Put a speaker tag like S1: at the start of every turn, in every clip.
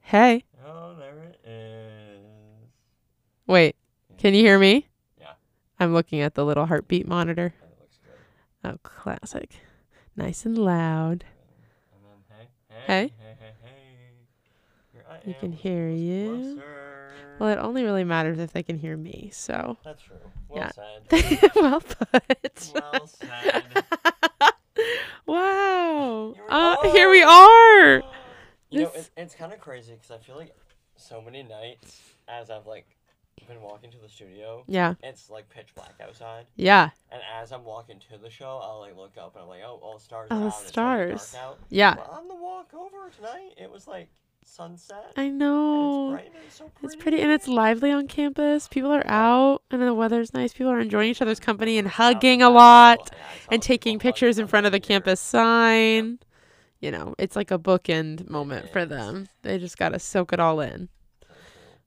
S1: Hey.
S2: Oh, there it is.
S1: Wait. Can you hear me?
S2: Yeah.
S1: I'm looking at the little heartbeat monitor.
S2: And it looks good.
S1: Oh, classic. Nice and loud.
S2: And then hey, hey,
S1: Hey.
S2: hey, hey, hey. Here I
S1: You
S2: am.
S1: can
S2: Let's
S1: hear
S2: get
S1: you.
S2: Closer.
S1: Well, it only really matters if they can hear me, so.
S2: That's true.
S1: yeah.
S2: Well said.
S1: well put.
S2: well said.
S1: wow.
S2: Here we
S1: Uh, here we
S2: You
S1: are.
S2: know,
S1: This-
S2: it's, it's kind of crazy because I feel like so many nights as I've like been walking to the studio,
S1: Yeah.
S2: it's like pitch black outside.
S1: Yeah.
S2: And as I'm walking to the show, I'll like look up and I'm like, oh, all the stars
S1: Oh,
S2: are
S1: the
S2: out. It's already dark
S1: stars.
S2: out.
S1: Yeah.
S2: Well, on the walk over tonight, it was like sunset.
S1: I know.
S2: And it's bright and it's so pretty.
S1: It's pretty and it's lively on campus. People are out and the weather's nice. People are enjoying each other's company and hugging a lot and taking pictures in front of the campus sign. You know, it's like a bookend moment for
S2: is.
S1: them. They just got to soak it all in.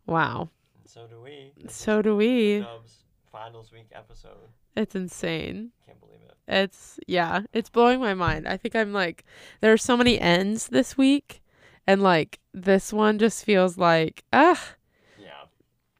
S1: Wow.
S2: So do we. This is
S1: So do
S2: the
S1: we.
S2: Dubs finals week episode.
S1: It's insane.
S2: Can't believe it.
S1: It's yeah, it's blowing my mind. I think I'm like there are so many ends this week and like this one just feels like ah
S2: Yeah.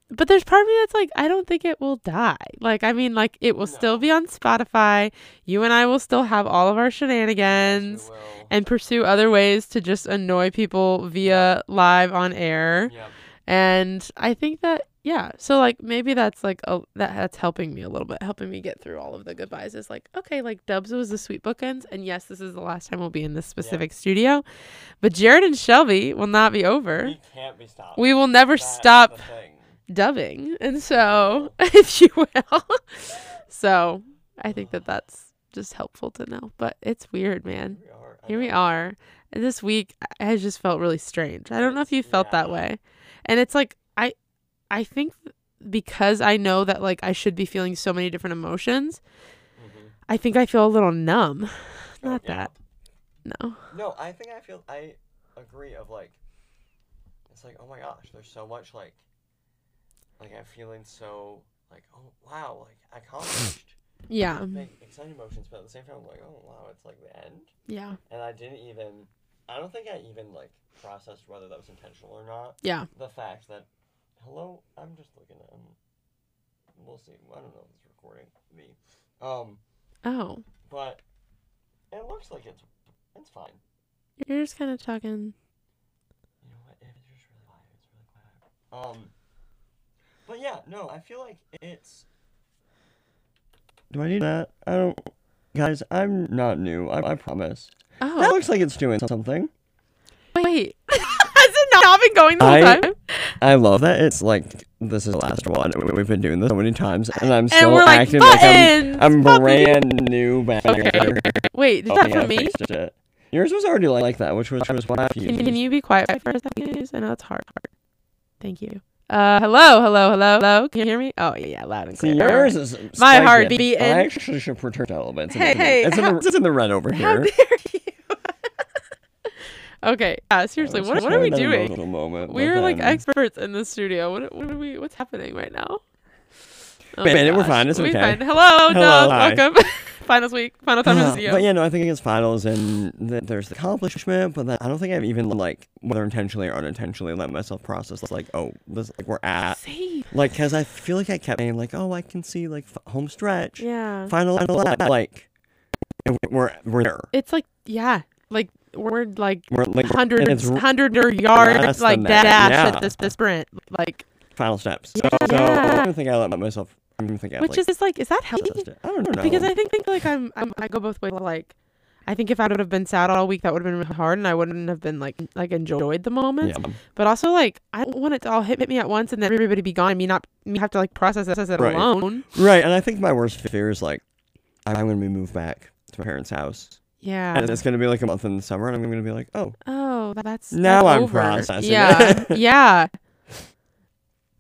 S1: but there's part of me that's like I don't think it will die. Like I mean like it will still
S2: No.
S1: be on Spotify. You and I will still have all of our shenanigans
S2: Yes, we will.
S1: and pursue other ways to just annoy people via live on air.
S2: Yep.
S1: And I think that yeah, so like maybe that's like a, that that's helping me a little bit, helping me get through all of the goodbyes. Is like okay, like Dubs was the sweet bookends, and yes, this is the last time we'll be in this specific studio, but Jared and Shelby will not be over.
S2: We can't be stopped.
S1: We will never
S2: That's
S1: stop
S2: The thing.
S1: dubbing, and so if you will, so I think that that's just helpful to know. But it's weird, man.
S2: Here we are. I
S1: Here we
S2: know.
S1: are. And this week I- I just felt really strange. I don't know if you felt that
S2: Yeah.
S1: way. And it's like I I think because I know that like I should be feeling so many different emotions,
S2: Mhm.
S1: I think I feel a little numb.
S2: Oh,
S1: Not
S2: yeah.
S1: that. No.
S2: No, I think I feel I agree of like it's like oh my gosh, there's so much like like I'm feeling so like oh wow like accomplished.
S1: Yeah.
S2: Big exciting emotions, but at the same time I'm like oh wow it's like the end,
S1: Yeah.
S2: and I didn't even I don't think I even like processed whether that was intentional or not.
S1: Yeah.
S2: The fact that hello, I'm just looking at um, we'll see. I don't know if it's recording me, um,
S1: Oh.
S2: but it looks like it's it's fine.
S1: You're just kind of talking.
S2: You know what? It was just really quiet. It's really quiet. Um, but yeah, no, I feel like it's. Do I need that? I don't. Guys, I'm not new. I, I promise. That
S1: Oh.
S2: looks like it's doing something.
S1: Wait. Has it not been going the whole
S2: I-
S1: time?
S2: I love that it's like this is the last one. We- We've been doing this so many times, and I'm still
S1: we're like,
S2: acting like I'm,
S1: "Buttons!
S2: I'm
S1: Buttons!"
S2: brand new back
S1: Okay.
S2: here.
S1: Wait, did
S2: Oh,
S1: that
S2: yeah, I
S1: for me?
S2: fixed it. Yours was already like, like that, which was, which was what I
S1: Can,
S2: used.
S1: can you be quiet for a second, guys? I know it's hard. Thank you. Uh, hello, hello, hello, hello. Can you hear me? Oh yeah, yeah, loud and
S2: See,
S1: clear.
S2: yours is
S1: My heart
S2: spiking.
S1: beating.
S2: I actually should return that a little bit. It's in
S1: Hey,
S2: the-
S1: hey,
S2: it's, in
S1: how-
S2: the, it's in the red over
S1: How
S2: here.
S1: dare you? okay, uh, seriously,
S2: It's
S1: what,
S2: just
S1: what are we
S2: right in the
S1: doing?
S2: Little moment,
S1: We're
S2: but
S1: like
S2: then-
S1: experts in the studio. What, what are we? What's happening right now? Oh
S2: Wait a
S1: my
S2: minute, we're
S1: gosh.
S2: fine, it's
S1: we
S2: okay.
S1: Fine. Hello,
S2: Hello,
S1: Dubs.
S2: hi.
S1: Welcome. Finals week. Final time in the
S2: Uh,
S1: studio.
S2: but yeah, no, I think it gets finals, and th- there's the accomplishment. But then I don't think I've even like whether intentionally or unintentionally let myself process like, oh, this like we're at
S1: Same.
S2: like because I feel like I kept saying like, oh, I can see like f- home stretch,
S1: Yeah.
S2: final, final lap, like and we're we're there.
S1: It's like yeah, like we're like
S2: We're like we're- and
S1: hundred
S2: it's r-
S1: hundred or yards
S2: less
S1: like
S2: than that,
S1: dash
S2: yeah.
S1: at this, this sprint like
S2: final steps. So,
S1: Yeah.
S2: so I don't think I let myself. I don't think I
S1: which
S2: like,
S1: is just like is that healthy
S2: processed it. I don't know
S1: because i think, think like I'm, I'm i go both ways like i think if i would have been sad all week that would have been really hard and i wouldn't have been like like enjoyed the moments
S2: Yeah.
S1: but also like i don't want it to all hit, hit me at once and then everybody be gone and me not me have to like process this as it
S2: Right.
S1: alone
S2: Right, and I think my worst fear is like, I'm going to be moved back to my parents' house,
S1: yeah
S2: and it's going to be like a month in the summer, and I'm going to be like, oh,
S1: oh that, that's
S2: Now
S1: that's
S2: I'm
S1: over.
S2: processing
S1: yeah
S2: it.
S1: yeah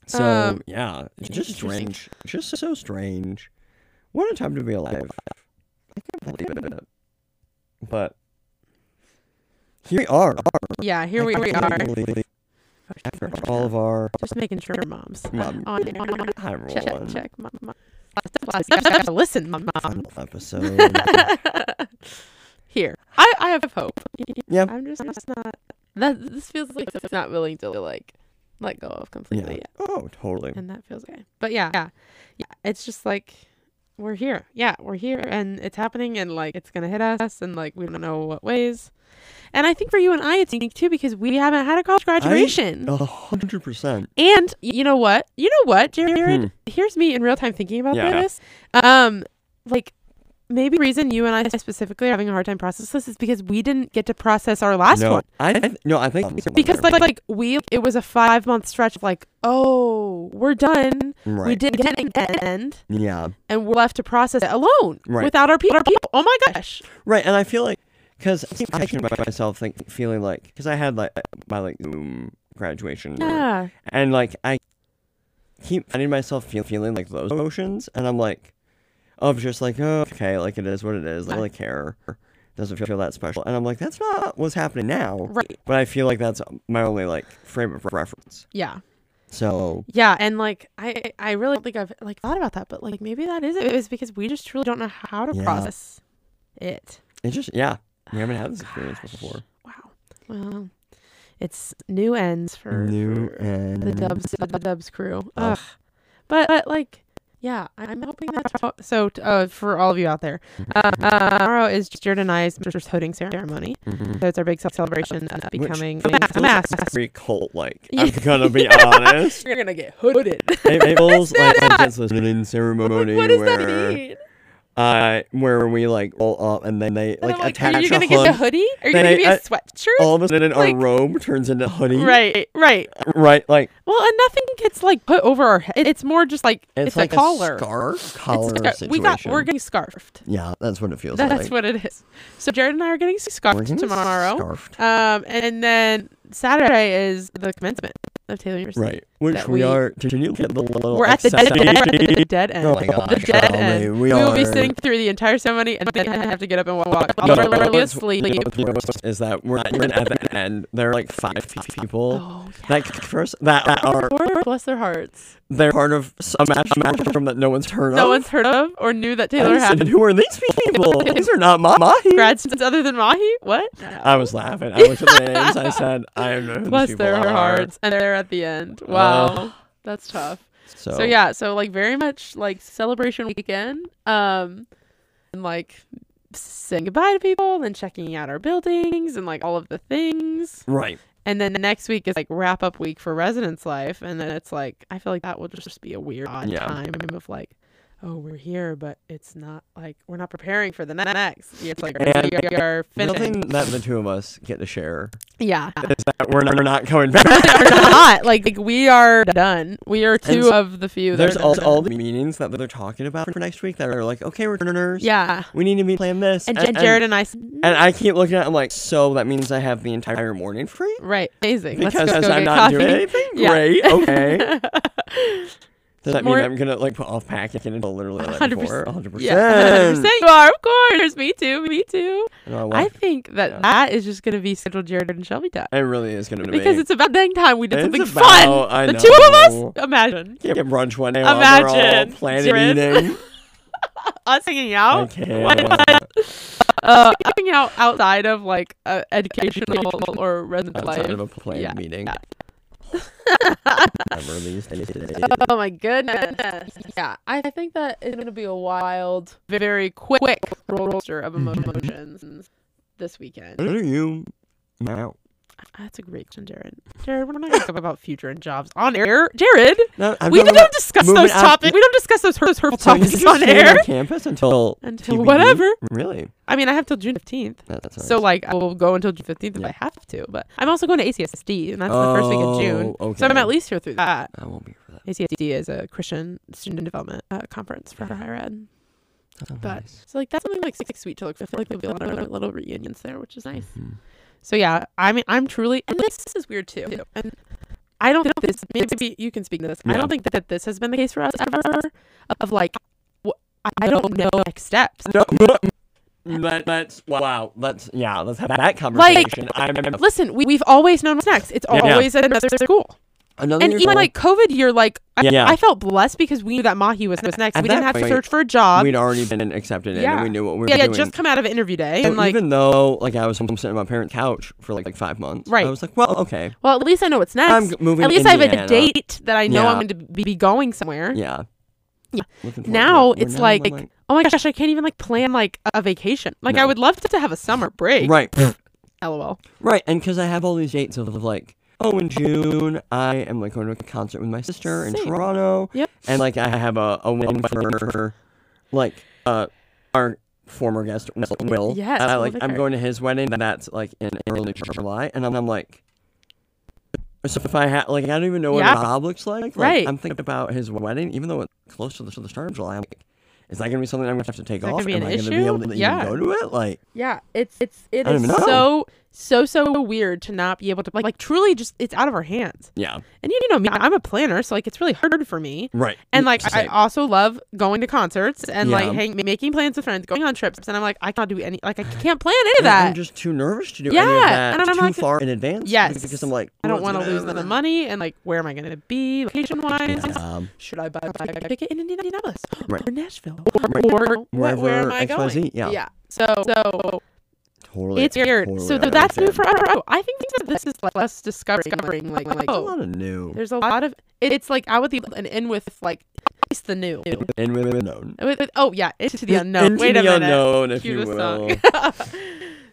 S2: so
S1: Um,
S2: yeah, it's just
S1: interesting.
S2: strange, just so strange. What a time to be alive! I can't believe it. But here we are.
S1: yeah here
S2: I
S1: we, we
S2: can't
S1: are
S2: believe After all of our
S1: just making sure moms
S2: Mom.
S1: on, on, on
S2: hi
S1: check
S2: everyone,
S1: check Um, mom, mom. Last, last, last, listen mom
S2: final episode.
S1: here. I, I have hope.
S2: yeah,
S1: I'm just, I'm just not That this feels like it's not willing to like let go of completely
S2: Yeah.
S1: yet.
S2: Oh, totally.
S1: And that feels okay. But yeah, yeah. Yeah. It's just like we're here. Yeah, we're here and it's happening and like it's gonna hit us and like we don't know what ways. And I think for you and I it's unique too because we haven't had a college graduation.
S2: A hundred percent. Hmm.
S1: And y- you know what? You know what, Jared? Here's me in real time thinking about
S2: Yeah.
S1: this. Um, like maybe the reason you and I specifically are having a hard time processing this is because we didn't get to process our last
S2: No,
S1: one.
S2: I I- no, I think
S1: Because like like we it was a five month stretch of like, oh, we're done.
S2: right.
S1: We didn't get it end
S2: yeah,
S1: and we're left to process it alone
S2: Right.
S1: without our people. Our people. Oh my gosh.
S2: right, and I feel like because I keep thinking about myself, like feeling like because I had like my like Zoom graduation, or-
S1: Yeah.
S2: and like I keep finding myself feel, feeling like those emotions, and I'm like, of just like oh, okay, like it is what it is. I don't really care. Doesn't feel, feel that special, and I'm like, that's not what's happening now.
S1: Right.
S2: But I feel like that's my only like frame of reference.
S1: Yeah.
S2: So
S1: Yeah, and like I, I really don't think I've like thought about that, but like maybe that is it. It's because we just truly don't know how to
S2: Yeah.
S1: process it.
S2: it's just yeah, we haven't had this experience
S1: Gosh.
S2: before.
S1: Wow. Well, it's new ends for,
S2: New
S1: for
S2: and
S1: the Dubs the Dubs crew. Ugh. But, but like, yeah, I- I'm hoping that to- so t- uh, for all of you out there, uh,
S2: Mm-hmm.
S1: uh, tomorrow is Jared and I's master's hooding ceremony. So it's our big celebration of
S2: Which
S1: becoming
S2: feels-
S1: a
S2: feels
S1: master.
S2: pretty cult like.
S1: Yeah.
S2: I'm gonna be honest.
S1: You're gonna get hooded.
S2: It, it feels like
S1: that?
S2: a gentleman ceremony
S1: what does
S2: where
S1: that mean?
S2: uh where we like roll up and then they
S1: And
S2: like
S1: I'm like,
S2: attach
S1: are you
S2: a
S1: gonna
S2: hood.
S1: get a hoodie? Are you
S2: Then
S1: gonna
S2: I-
S1: be a
S2: I-
S1: sweatshirt?
S2: All of a sudden,
S1: Like-
S2: our robe turns into hoodie.
S1: Right, right.
S2: right. Like
S1: Well, and nothing gets like put over our head. It's more just like
S2: it's,
S1: it's,
S2: like
S1: a collar.
S2: scarf
S1: It's
S2: collar
S1: a scar-
S2: situation.
S1: we got we're getting scarfed.
S2: yeah, that's what it feels
S1: That's
S2: like.
S1: what it is. So Jared and I are getting
S2: We're
S1: scarfed
S2: getting
S1: tomorrow.
S2: Scarfed.
S1: Um, and then Saturday is the commencement of Taylor University.
S2: Right. Which
S1: that
S2: we,
S1: we-
S2: are. Did you look at the little?
S1: We're at the dead,
S2: accessory-
S1: the dead end.
S2: Oh my gosh,
S1: the dead
S2: Charlie,
S1: end.
S2: we
S1: We, will be
S2: are-
S1: sitting through the entire ceremony and then have to get up and walk.
S2: No,
S1: We're
S2: what's-
S1: literally
S2: you
S1: asleep.
S2: know what's- you know what's- is that we're not even at the end. There are like five people
S1: Oh,
S2: that c- first that are
S1: Lord bless their hearts.
S2: they're part of s- a match, a match from that no one's heard of.
S1: No one's heard of or knew that Taylor
S2: I
S1: had
S2: said, Who are these people? These are not my Mahi.
S1: grad students other than Mahi. What?
S2: I was laughing. I looked at the names. I said, I don't know who these
S1: Bless
S2: people
S1: their
S2: are.
S1: hearts, and they're at the end. Wow, that's tough.
S2: So,
S1: So yeah, so like very much like celebration weekend, um, and like saying goodbye to people, and checking out our buildings, and like all of the things,
S2: right.
S1: and then the next week is like wrap up week for residence life, and then it's like I feel like that will just be a weird odd
S2: Yeah.
S1: time of like. Oh, we're here, but it's not like we're not preparing for the ne- next. It's like
S2: And
S1: we are finishing.
S2: Nothing that the two of us get to share
S1: Yeah,
S2: is that we're not, we're not coming back.
S1: are Ah. not like, like we are done. We are
S2: And
S1: two of the few. that
S2: There's
S1: are
S2: all,
S1: done.
S2: all the meetings that they're talking about for next week that are like, okay, we're turners.
S1: yeah.
S2: We need to be playing this.
S1: And, and Jared and I. s-
S2: And I keep looking at it, I'm like, so that means I have the entire morning free?
S1: right, amazing.
S2: Because
S1: Let's go, go get
S2: I'm not
S1: coffee.
S2: doing anything?
S1: Yeah.
S2: Great, okay. Does that
S1: More-
S2: mean I'm gonna like put off packing until literally like
S1: 100%.
S2: before? 100%.
S1: Yeah, 100% you are. Of course, me too. Me too.
S2: No,
S1: I
S2: I won't.
S1: think that
S2: Yeah.
S1: that is just gonna be scheduled Jared and Shelby time
S2: it really is gonna be
S1: because it's about dang time. We did
S2: It's
S1: something fun.
S2: about- I
S1: the two
S2: know.
S1: of us. Imagine
S2: yeah, brunch one day while we're all
S1: Imagine, Oh,
S2: planning
S1: Jared.
S2: eating.
S1: us hanging
S2: I
S1: out.
S2: can't.
S1: Uh, hanging out outside of like uh, educational or resident life.
S2: Outside of a planned
S1: Yeah.
S2: meeting. Whatever these days it is.
S1: Oh my goodness. Yeah, I I think that it's going to be a wild, very quick roster of
S2: Mm-hmm.
S1: emo- emotions this weekend.
S2: What are you? Wow.
S1: That's a great question, Jared. Jared, we're not going to talk about future and jobs on air. Jared,
S2: No, I'm
S1: we
S2: talking
S1: don't
S2: about
S1: discuss
S2: moving
S1: those
S2: out-
S1: topics. We don't discuss those hurtful, hurtful
S2: so you just
S1: topics on
S2: staying
S1: air
S2: on campus until
S1: until
S2: TBD?
S1: whatever.
S2: Really?
S1: I mean, I have till June 15th.
S2: That, that
S1: So, uh,
S2: sounds-
S1: like, I will go until June 15th if
S2: Yeah.
S1: I have to. But I'm also going to ACSD, and that's the first week of June.
S2: Oh,
S1: So I'm
S2: okay.
S1: at least here through that.
S2: I won't be for that.
S1: ACSD is a Christian student development uh, conference for higher ed.
S2: That sounds
S1: But
S2: nice.
S1: so like that's something like six weeks to look for. I feel like there'll be a lot of little reunions there, which is nice.
S2: Mhm.
S1: So yeah, I mean I'm truly and this is weird too. And I don't think this maybe you can speak to this. I
S2: Yeah.
S1: don't think that, that this has been the case for us ever of like wh- I don't know next steps.
S2: No, let, let's wow. Let's yeah. Let's have that conversation. I'm,
S1: Listen, we, we've always known what's next. It's
S2: Yeah.
S1: always another school.
S2: Another
S1: and
S2: year-
S1: even like COVID year, like I,
S2: Yeah.
S1: I felt blessed because we knew that Mahi was, was next.
S2: at
S1: we didn't
S2: that
S1: have to
S2: point,
S1: search for a job.
S2: we'd already been accepted in and
S1: Yeah.
S2: we knew what we were
S1: yeah,
S2: doing.
S1: just come out of interview day
S2: So
S1: and like,
S2: even though like I was home sitting on my parents' couch for like like five months,
S1: Right.
S2: I was like, well, okay,
S1: well, at least I know what's next.
S2: I'm g- moving.
S1: at
S2: to
S1: least I have
S2: Indiana.
S1: a date that I know
S2: Yeah.
S1: I'm going to be be going somewhere.
S2: Yeah.
S1: Yeah.
S2: Looking forward to
S1: Now
S2: it. Where
S1: it's
S2: now I'm
S1: like, oh my gosh, I can't even like plan like a- a vacation. Like I
S2: No.
S1: would love to, to have a summer break.
S2: right,
S1: LOL.
S2: right, and because I have all these dates of, of like, oh, in June I am like going to a concert with my sister in
S1: Same.
S2: Toronto.
S1: Yep.
S2: And like I have a a win for like uh our former guest Will.
S1: Yes,
S2: And I
S1: Will
S2: like I'm
S1: Vickers.
S2: going to his wedding. and That's like in early July, and I'm, I'm like. So if I had like I don't even know what
S1: Yeah.
S2: my job looks like. Like,
S1: Right.
S2: I'm thinking about his wedding, even though it's close to the, to the start of July. I'm like, is that gonna be something I'm gonna have to take
S1: that gonna
S2: off?
S1: be
S2: Am
S1: an
S2: I gonna
S1: issue?
S2: be able to
S1: Yeah.
S2: even go to it? Like
S1: Yeah, it's it's it
S2: I don't
S1: is
S2: even know.
S1: so so so weird to not be able to like like truly just it's out of our hands.
S2: yeah,
S1: And you know me, I'm a planner, so like it's really hard for me.
S2: right.
S1: And like I
S2: Same.
S1: also love going to concerts and
S2: Yeah.
S1: like hang, making plans with frians, going on trips, and I'm like I can't do any like I can't plan any of
S2: And I'm
S1: that.
S2: just too nervous to do any of
S1: Yeah,
S2: that
S1: and I'm
S2: too
S1: like-
S2: far in advance.
S1: Yes.
S2: because I'm like
S1: I don't
S2: what's
S1: want to
S2: gonna
S1: lose the
S2: happen?
S1: money and like where am I going to be location wise?
S2: Yeah.
S1: Should I buy buy a ticket in Indianapolis
S2: Right.
S1: or Nashville
S2: Right.
S1: or wh- where am
S2: Wherever
S1: I going?
S2: XYZ, yeah.
S1: yeah. So so
S2: Totally.
S1: it's weird.
S2: totally
S1: so th- that's new
S2: understand.
S1: for us. Oh, I think that this is like us discovering like like
S2: a
S1: oh
S2: lot of new.
S1: there's a lot of it, it's like out with the and in with like it's the new.
S2: And with the unknown.
S1: With- with- oh yeah, into the unknown.
S2: Into
S1: Wait
S2: the
S1: a minute.
S2: unknown, if you
S1: Cutest
S2: will.
S1: song.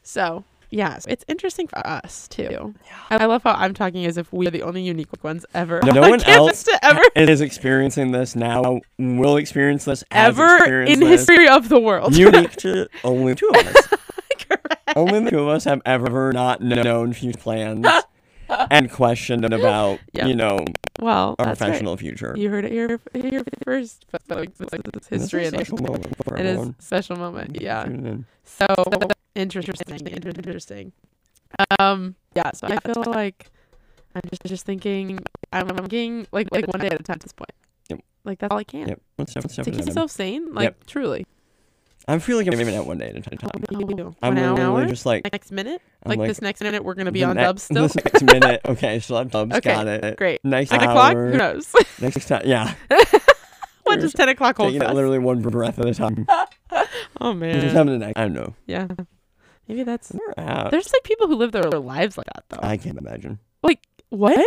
S1: so yeah, so it's interesting for us too. I I love how I'm talking as if we are the only unique ones ever.
S2: No
S1: on
S2: one
S1: campus
S2: else
S1: to ever
S2: And is experiencing this now. Will experience this. has
S1: ever in
S2: experienced
S1: the
S2: this.
S1: history of the world.
S2: Unique to only two of us.
S1: Correct.
S2: only the two of us have ever not known future plans and questioned about
S1: Yeah.
S2: you know
S1: Well,
S2: our
S1: that's right.
S2: professional future.
S1: You heard it here, here first. But but it's like it's
S2: And this is
S1: history
S2: a
S1: and
S2: special moment for
S1: it is
S2: everyone.
S1: a special moment. Yeah.
S2: Tune in.
S1: So interesting, interesting. Um, yeah. So I feel like I'm just just thinking. I'm thinking like like one day at a time at this point.
S2: Yep.
S1: Like that's all I can
S2: Yep. One step, one step
S1: to
S2: at a
S1: keep
S2: time.
S1: myself sane. Like truly.
S2: I feel like I'm even at one day at a time.
S1: What do you do?
S2: I'm
S1: One hour,
S2: literally
S1: hour?
S2: just like,
S1: next minute.
S2: I'm
S1: Like,
S2: like,
S1: this next minute, we're gonna be
S2: the
S1: on
S2: ne-
S1: dubs still.
S2: This next minute, okay, so I'm dubs,
S1: Okay,
S2: got it.
S1: great.
S2: Nice
S1: Nine o'clock.
S2: hour.
S1: Who knows?
S2: Next time, yeah.
S1: what does ten o'clock hold?
S2: Taking
S1: for
S2: it
S1: us?
S2: literally one breath at a time.
S1: Oh
S2: Just
S1: man.
S2: having the next. I don't know.
S1: Yeah. Maybe that's.
S2: We're out.
S1: There's like people who live their lives like that though.
S2: I can't imagine
S1: What?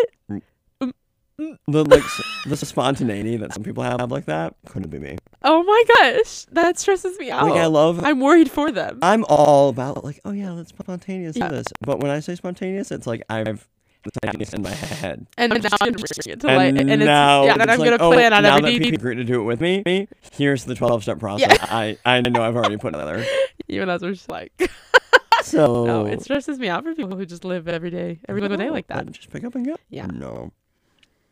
S1: Mm.
S2: the like s- the spontaneity that some people have like that. Couldn't be me.
S1: Oh my gosh, that stresses me out.
S2: Like I love.
S1: I'm worried for them.
S2: I'm all about like, oh yeah, let's spontaneous
S1: Yeah.
S2: do this. But when I say spontaneous, it's like I've it's like it's in my head.
S1: and now I'm bringing it to light,
S2: and,
S1: and, it's
S2: now
S1: yeah,
S2: it's
S1: and I'm
S2: like,
S1: gonna
S2: oh,
S1: plan on
S2: now
S1: every
S2: that
S1: DD.
S2: people agree to do it with me, me, here's the 12 step process.
S1: Yeah.
S2: I, I know I've already put another.
S1: You and us were just like,
S2: So
S1: no, it stresses me out for people who just live every day, Oh, every single day
S2: no,
S1: like that.
S2: then Just pick up and go.
S1: Yeah.
S2: No.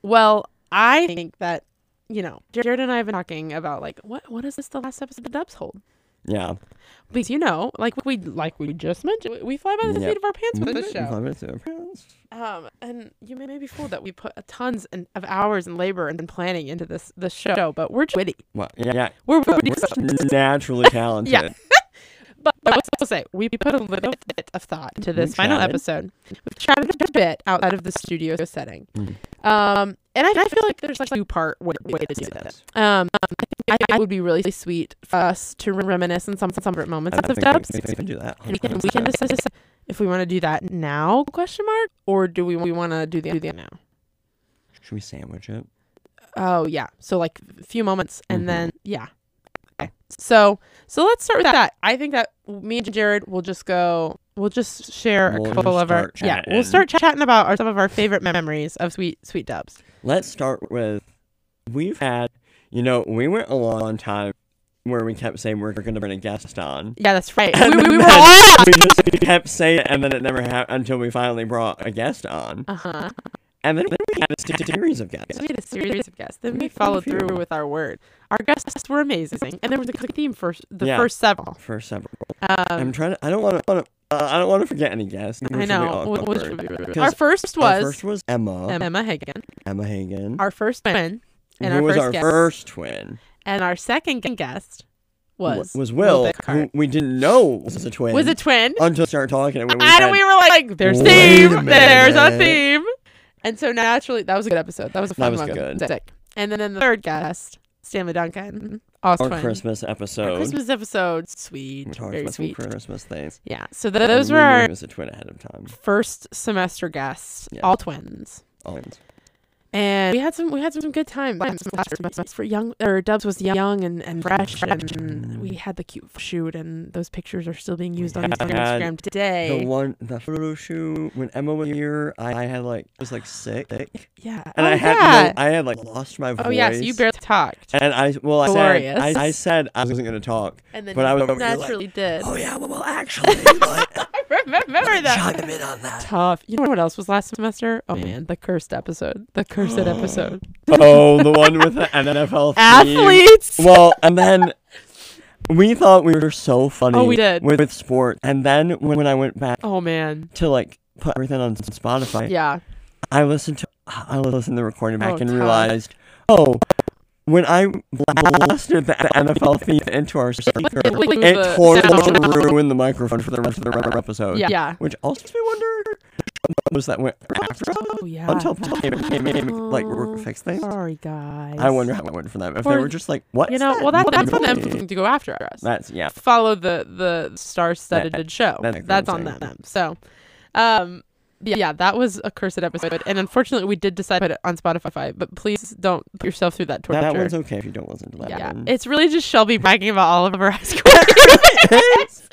S1: Well, I think that you know, Jared and I have been talking about like, what what is this the last episode of Dubs hold?
S2: Yeah.
S1: Because you know, like we like we just mentioned, we- we fly by the
S2: Yeah.
S1: seat of our pants with
S2: Minute
S1: this
S2: and
S1: show.
S2: five minutes to appearance.
S1: Um, and you may, may be fooled that we put tons and, of hours and labor and planning into this this show, but we're just witty.
S2: Well, yeah, yeah.
S1: We're, we're,
S2: We're just naturally talented.
S1: Yeah. But I must also say, we put a little bit of thought into this final
S2: chatted.
S1: episode. We've chatted a bit outside of the studio setting.
S2: Mhm.
S1: Um, and I, I feel like there's like a two part way, way to do this. Um, I think I, I would be really sweet for us to reminisce on some separate moments
S2: I
S1: of
S2: think we-
S1: dubs.
S2: we can do that.
S1: And we can, we can
S2: 100%.
S1: decide if we want to do that now, question mark, or do we, we want to do the, do the now?
S2: Should we sandwich it?
S1: Oh yeah. So like a few moments and
S2: Mhm.
S1: then yeah. Okay. So so let's start with that. I think that me and Jared will just go we'll just share
S2: We'll
S1: a couple
S2: just
S1: of our
S2: start
S1: yeah, we'll
S2: chatting.
S1: start chatting about our, some of our favorite memories of sweet sweet dubs.
S2: Let's start with we've had, you know, we went a long time where we kept saying we're going to bring a guest on.
S1: Yeah, that's right.
S2: And
S1: we, we, we were
S2: then
S1: all
S2: we just kept saying it, and then it never happened until we finally brought a guest on.
S1: uh-huh.
S2: And then, then we had a series of guests.
S1: So we had a series of guests. Then
S2: We
S1: we
S2: had quite a
S1: followed
S2: few.
S1: through with our word. Our guests were amazing, and there was a clear theme for the
S2: Yeah.
S1: first several.
S2: For several, I'm
S1: Um,
S2: trying to. I don't want to. Uh, I don't want to forget any guests.
S1: I
S2: which will be
S1: know.
S2: awkward.
S1: Which would be really-
S2: Because
S1: Our first
S2: Our
S1: was
S2: first was Emma. Emma,
S1: Emma Hagan,
S2: Hagen.
S1: our first twin, and
S2: who
S1: our
S2: was
S1: first
S2: our
S1: guest.
S2: first twin?
S1: And our second guest
S2: wa-
S1: was
S2: was Will,
S1: Vickard.
S2: who we didn't know was a twin.
S1: was a twin.
S2: until we started talking. And we
S1: and
S2: had-
S1: we were like, "There's
S2: Wait a
S1: theme. There's a
S2: minute.
S1: theme." And so naturally, that was a good episode. That was a fun
S2: was
S1: one.
S2: good.
S1: Sick. And then, in the third guest, Stanley Duncan, Austin.
S2: Our Christmas episode.
S1: Our Christmas episode, sweet,
S2: We're talking
S1: very
S2: about some
S1: sweet.
S2: Christmas things.
S1: Yeah. So th- those
S2: And
S1: were
S2: we knew
S1: our
S2: it was a twin ahead of time.
S1: first semester guests,
S2: Yeah.
S1: all twins,
S2: Oh, and-
S1: and we had some we had some good times. For young or Dubs was young and, and fresh, and we had the cute shoot, and those pictures are still being used on
S2: had
S1: Instagram today.
S2: The one, the photo shoot when Emma was here, I, I had like I was like sick, sick.
S1: yeah.
S2: and
S1: oh,
S2: I had
S1: yeah.
S2: no, I had like lost my voice.
S1: oh yes, you barely talked,
S2: And I well, I said,
S1: Glorious.
S2: I, I said I wasn't gonna talk,
S1: and then
S2: but I was
S1: you
S2: over here
S1: naturally
S2: like,
S1: did.
S2: oh yeah, well, well actually, like,
S1: I remember that.
S2: chime in on that.
S1: Tough. You know what else was last semester? Oh man, the cursed episode. The cursed episode.
S2: Oh, the one with the NFL theme.
S1: Athletes.
S2: Well, and then we thought we were so funny.
S1: Oh, we did.
S2: with, with sport. And then when, when I went back
S1: Oh man.
S2: to like put everything on Spotify,
S1: Yeah.
S2: I listened to I listened to the recording back
S1: Oh,
S2: and
S1: tough.
S2: realized, oh, when I blasted the NFL theme into our speaker,
S1: It blew the
S2: it
S1: sound out.
S2: totally ruined the microphone for the rest of the re- episode.
S1: Yeah. yeah.
S2: Which also makes me wonder what was that went after
S1: Oh yeah.
S2: until came, came, came, like re- fix things.
S1: Sorry guys.
S2: I wonder how it went for them. If they
S1: Oh, Or-
S2: were just like, what?
S1: You know, well that, that's on them for them to go after us.
S2: That's yeah.
S1: Follow the the star-studded
S2: That-
S1: show.
S2: that's what
S1: that's
S2: I'm
S1: on
S2: saying.
S1: them. So, um, yeah, yeah, that was a cursed episode, and unfortunately, we did decide to put it on Spotify. But please don't put yourself through that torture.
S2: That, that one's okay if you don't listen to that
S1: Yeah,
S2: one.
S1: it's really just Shelby bragging about all of her high school regrets.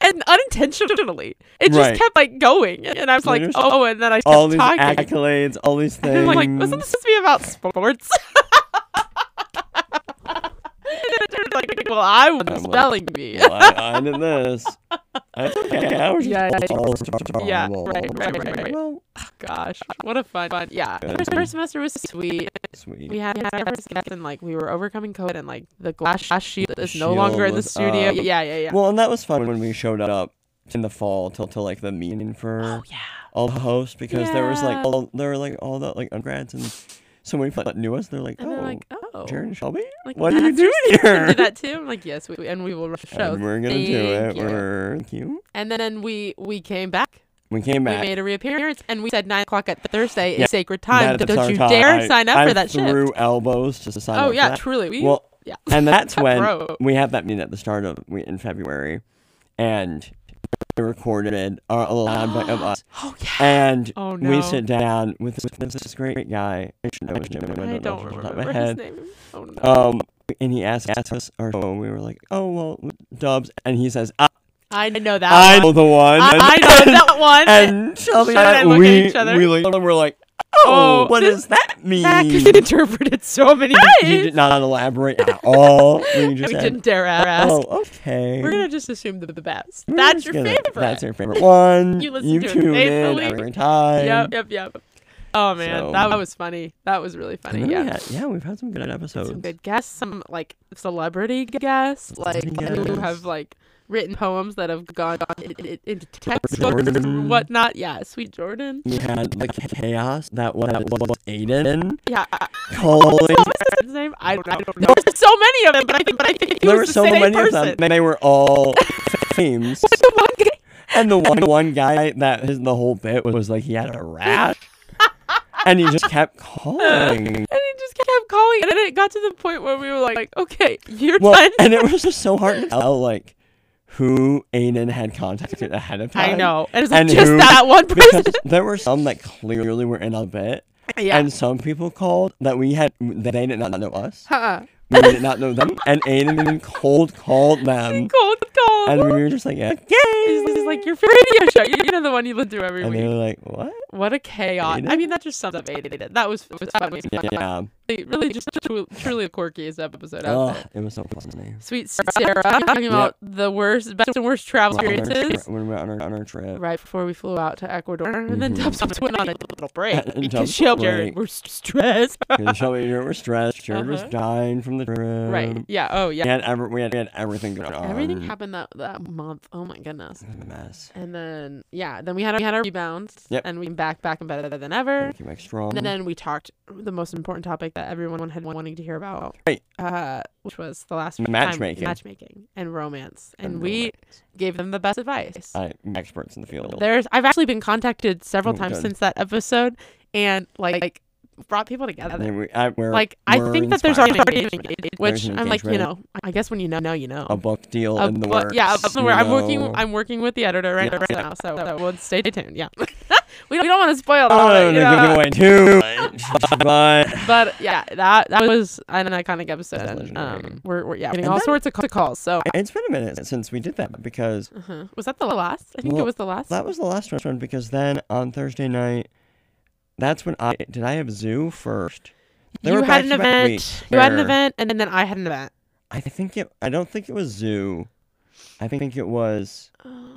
S1: and unintentionally. It just
S2: Right.
S1: kept like going, and I was like,
S2: There's
S1: oh, and then I kept
S2: all these
S1: talking.
S2: accolades, all these things.
S1: and I'm like, wasn't this supposed to be about sports? and then it turned like, well, I won the
S2: I'm like,
S1: spelling bee.
S2: well, I, I did this. That's okay. I was
S1: Yeah,
S2: just
S1: yeah, right, right, right, right.
S2: Well,
S1: Gosh, what a fun, fun. Yeah,
S2: Good.
S1: first, first semester was sweet.
S2: sweet.
S1: We had our first guest, and like we were overcoming COVID, and like the glass shield is no
S2: Shield
S1: longer in the
S2: was
S1: studio.
S2: up.
S1: Yeah, yeah, yeah.
S2: Well, and that was fun when we showed up in the fall till to like the meeting for
S1: oh yeah.
S2: all the hosts because there was
S1: Yeah.
S2: like all there were like all the like undergrads and so many people that knew us. They're like,
S1: And
S2: oh,
S1: they're like, oh,
S2: Jared and Shelby,
S1: like,
S2: what are you
S1: that's
S2: doing
S1: can do
S2: here?
S1: that too. I'm like, yes, we, and we will rush the show.
S2: and we're gonna do
S1: Thank
S2: it.
S1: you.
S2: We're thank you.
S1: And then we we came back.
S2: We came back.
S1: We made a reappearance, and we said nine o'clock at Thursday
S2: Yeah,
S1: is sacred time.
S2: That at the
S1: Don't
S2: same
S1: you
S2: time,
S1: dare
S2: I-
S1: sign up
S2: I
S1: for that
S2: threw
S1: shift.
S2: elbows just to sign up.
S1: Oh
S2: for
S1: yeah,
S2: that.
S1: truly. We,
S2: Well,
S1: yeah.
S2: and that's when
S1: Bro.
S2: we have that meeting at the start of we, in February, and we recorded our a little soundbite of us,
S1: Oh yeah.
S2: and
S1: Oh, no.
S2: we sit down with this, this great guy. I should know his name. I don't,
S1: I
S2: know
S1: don't
S2: off the top of
S1: remember
S2: my
S1: his
S2: head.
S1: name. Oh no.
S2: Um, and he asked, asked us our show, and we were like, "Oh well, Dubs," and he says, "I,
S1: I know that.
S2: I
S1: one.
S2: know the one."
S1: I,
S2: and,
S1: I know that one.
S2: And Shelby
S1: Shelby
S2: and
S1: and I
S2: I,
S1: look at
S2: we,
S1: each other.
S2: we looked at him, we're like,
S1: Oh,
S2: "Oh, what
S1: this-
S2: does that mean?"
S1: that could be interpreted so many ways.
S2: He did not elaborate at all. We
S1: we
S2: just said,
S1: didn't dare ask.
S2: "Oh, okay."
S1: We're gonna just assume the, the best.
S2: We're
S1: That's
S2: just
S1: your
S2: gonna-
S1: favorite.
S2: That's your favorite one.
S1: You listen
S2: you
S1: to it
S2: tune in
S1: faithfully.
S2: every time.
S1: Yep, yep, yep. Oh man,
S2: So-
S1: that was funny. That was really
S2: And
S1: funny.
S2: then we
S1: Yeah.
S2: had- yeah, we've had some good episodes.
S1: some good guests, some like celebrity guests, like who
S2: Yes.
S1: have like written poems that have gone in, in, into textbooks and
S2: Jordan.
S1: whatnot. Yeah, sweet Jordan.
S2: We had the chaos that was, that was Aiden
S1: Yeah, I-
S2: calling.
S1: what was his name? I don't, I don't know. There were so many of them, but I think, but I think he was
S2: There were
S1: the
S2: so
S1: same
S2: many
S1: person.
S2: of them, and they were all themes.
S1: The one guy-
S2: and the one one guy that his the whole bit was, was like he had a rash, and he just kept calling.
S1: and he just kept calling, and then it got to the point where we were like, like okay, you're
S2: Well,
S1: done.
S2: and it was just so hard to tell, like who Aiden had contacted ahead of time.
S1: I know, and it's like
S2: And
S1: just
S2: who-
S1: that one person.
S2: because there were some that clearly were in a bit,
S1: yeah.
S2: and some people called that we had that they did not know us.
S1: uh-uh.
S2: We did not know them, and Aiden even cold called them,
S1: Cold call.
S2: um, and we were just like, yeah,
S1: He's-
S2: okay.
S1: he's like your radio show. You, you know the one you listen to every
S2: And
S1: week.
S2: they were like, what?
S1: What a chaos! I
S2: Aiden?
S1: mean, that just sums up Aiden. That was, was fun. It was fun.
S2: Yeah, Oh,
S1: Really- Really, just tru- truly the quirkiest episode out
S2: Ugh,
S1: there.
S2: it was so funny.
S1: Sweet Sarah, talking about the worst, best and worst travel
S2: When we were on our
S1: experiences.
S2: tri- When we were on our, on our trip,
S1: Right before we flew out to Ecuador, and then Tubbs went on a little break
S2: And
S1: because
S2: Tubbs
S1: children
S2: break.
S1: were st- stressed.
S2: and Shelby, you were stressed. Jared was
S1: Uh-huh.
S2: dying from the trip.
S1: right? Yeah. Oh,
S2: We
S1: yeah. Um,
S2: had, ever, we, had, we had everything going on.
S1: Everything happened that that month. Oh my goodness.
S2: It was a mess.
S1: And then yeah, then we had our, we had our rebound,
S2: Yep.
S1: and we came back back and better than ever.
S2: Came back strong.
S1: And then we talked the most important topic that everyone had wanting to hear about,
S2: Right.
S1: uh, which was the last time-
S2: Matchmaking.
S1: matchmaking and romance. And,
S2: And
S1: we gave them the best advice.
S2: I, experts in the field.
S1: There's, I've actually been contacted several
S2: Oh,
S1: times
S2: good.
S1: since that episode, and like, like brought people together.
S2: And we- I- we're-
S1: like I
S2: we're
S1: think that there's
S2: inspired.
S1: already an engagement, which
S2: There's an
S1: I'm like, you know,
S2: engagement.
S1: I guess when you know, now you know.
S2: a book deal
S1: Uh,
S2: in the
S1: but-
S2: works.
S1: yeah, uh,
S2: you
S1: we're- I'm working.
S2: know.
S1: I'm working with the editor right,
S2: Yeah.
S1: right now, so, so we'll stay tuned. Yeah, we don't, we don't want to spoil it. all,
S2: Oh,
S1: you
S2: no,
S1: know?
S2: giveaway too. but
S1: But yeah, that that was an iconic episode.
S2: That's
S1: And,
S2: legendary.
S1: um, we're, we're yeah getting
S2: And
S1: all
S2: then-
S1: sorts of ca- calls. So
S2: it's been a minute since we did that because
S1: uh was that the last? I think it
S2: Well,
S1: was the last.
S2: that was the last restaurant. Because then on Thursday night, that's when I did I have zoo first. They
S1: you
S2: were
S1: had an
S2: back-to-back
S1: event.
S2: weeks
S1: You had an
S2: where-
S1: event, and then, then I had an event.
S2: I think it. I don't think it was zoo. I think it was I think it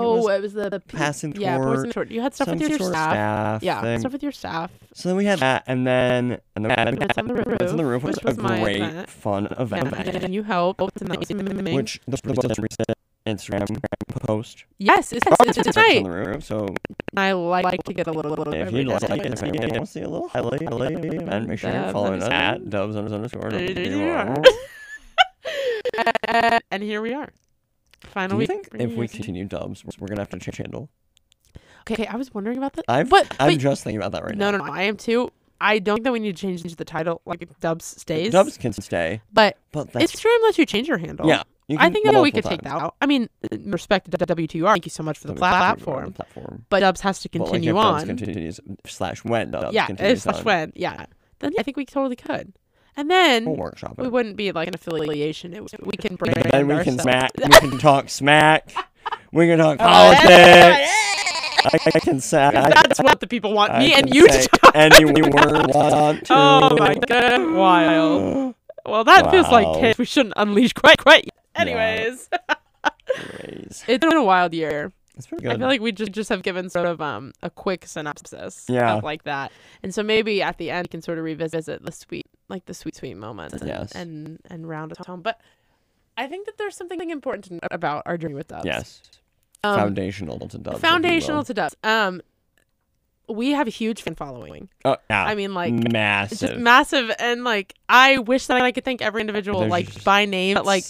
S1: Oh,
S2: was
S1: it was the, the pe-
S2: passing
S1: yeah,
S2: toward
S1: passing toward. You had stuff
S2: some
S1: with your
S2: sort of
S1: staff.
S2: staff.
S1: Yeah,
S2: thing.
S1: stuff with your staff.
S2: So then we had that, and then and then we had
S1: That's on the
S2: That's on the
S1: roof,
S2: roof was,
S1: which was
S2: a
S1: my
S2: great
S1: event.
S2: fun event,
S1: Yeah, and you helped, and that was amazing.
S2: which the the most recent Instagram post.
S1: yes, it's, it's, it's,
S2: That's
S1: it's
S2: on
S1: right.
S2: the roof. So
S1: And I like, like to get a little, little
S2: if
S1: every
S2: you like,
S1: day.
S2: it, if you want to see a little highlight of the event, make sure you're
S1: Dubs
S2: following us
S1: underscore.
S2: at Dubs unders- underscore.
S1: There
S2: dubs
S1: you are.
S2: underscore.
S1: and, and here we are. Final
S2: Do you
S1: week.
S2: think if we continue Dubs, we're gonna have to change handle?
S1: okay, I was wondering about that.
S2: I've
S1: But-
S2: I'm
S1: but-
S2: just thinking about that right
S1: no,
S2: now.
S1: no, no. I am too. I don't think that we need to change the title. Like if Dubs stays,
S2: Dubs can stay,
S1: but
S2: but that's
S1: it's true unless you change your handle.
S2: yeah. You
S1: I
S2: can
S1: think that we
S2: multiple
S1: could take that
S2: times.
S1: out. I mean, in respect to WTR. Thank you so much for the
S2: Dubs can go on the
S1: platform.
S2: Platform.
S1: But Dubs has to
S2: But, like, if
S1: continue
S2: Dubs
S1: on.
S2: Continues slash when Dubs
S1: yeah,
S2: continues
S1: if slash
S2: on,
S1: when. Yeah, then yeah, I think we totally could. And then
S2: We'll workshop it.
S1: we wouldn't be like an affiliation. It, we can bring.
S2: And then we can
S1: ourselves.
S2: smack. We can talk smack. We can talk politics.
S1: That's
S2: I, I can say. I,
S1: That's what the people want.
S2: I
S1: Me and
S2: can
S1: you
S2: say
S1: to talk.
S2: any word want to.
S1: Oh my god, wild. Well, that feels like
S2: Wow.
S1: cage. we shouldn't unleash quite quite. Anyways,
S2: Anyways,
S1: it's been a wild year.
S2: It's pretty good.
S1: I feel like we just just have given sort of um a quick synopsis
S2: Yeah.
S1: of like that, and so maybe at the end we can sort of revisit the sweet like the sweet sweet moments and
S2: Yes.
S1: and, and round us home. But I think that there's something important to note about our journey with Dubs.
S2: yes,
S1: um,
S2: foundational to dubs. if you
S1: foundational
S2: will.
S1: to Dubs. Um, we have a huge fan following.
S2: Oh, yeah.
S1: I mean, like it's
S2: massive.
S1: just massive and like i wish that i could thank every individual
S2: There's
S1: like
S2: just-
S1: by name but like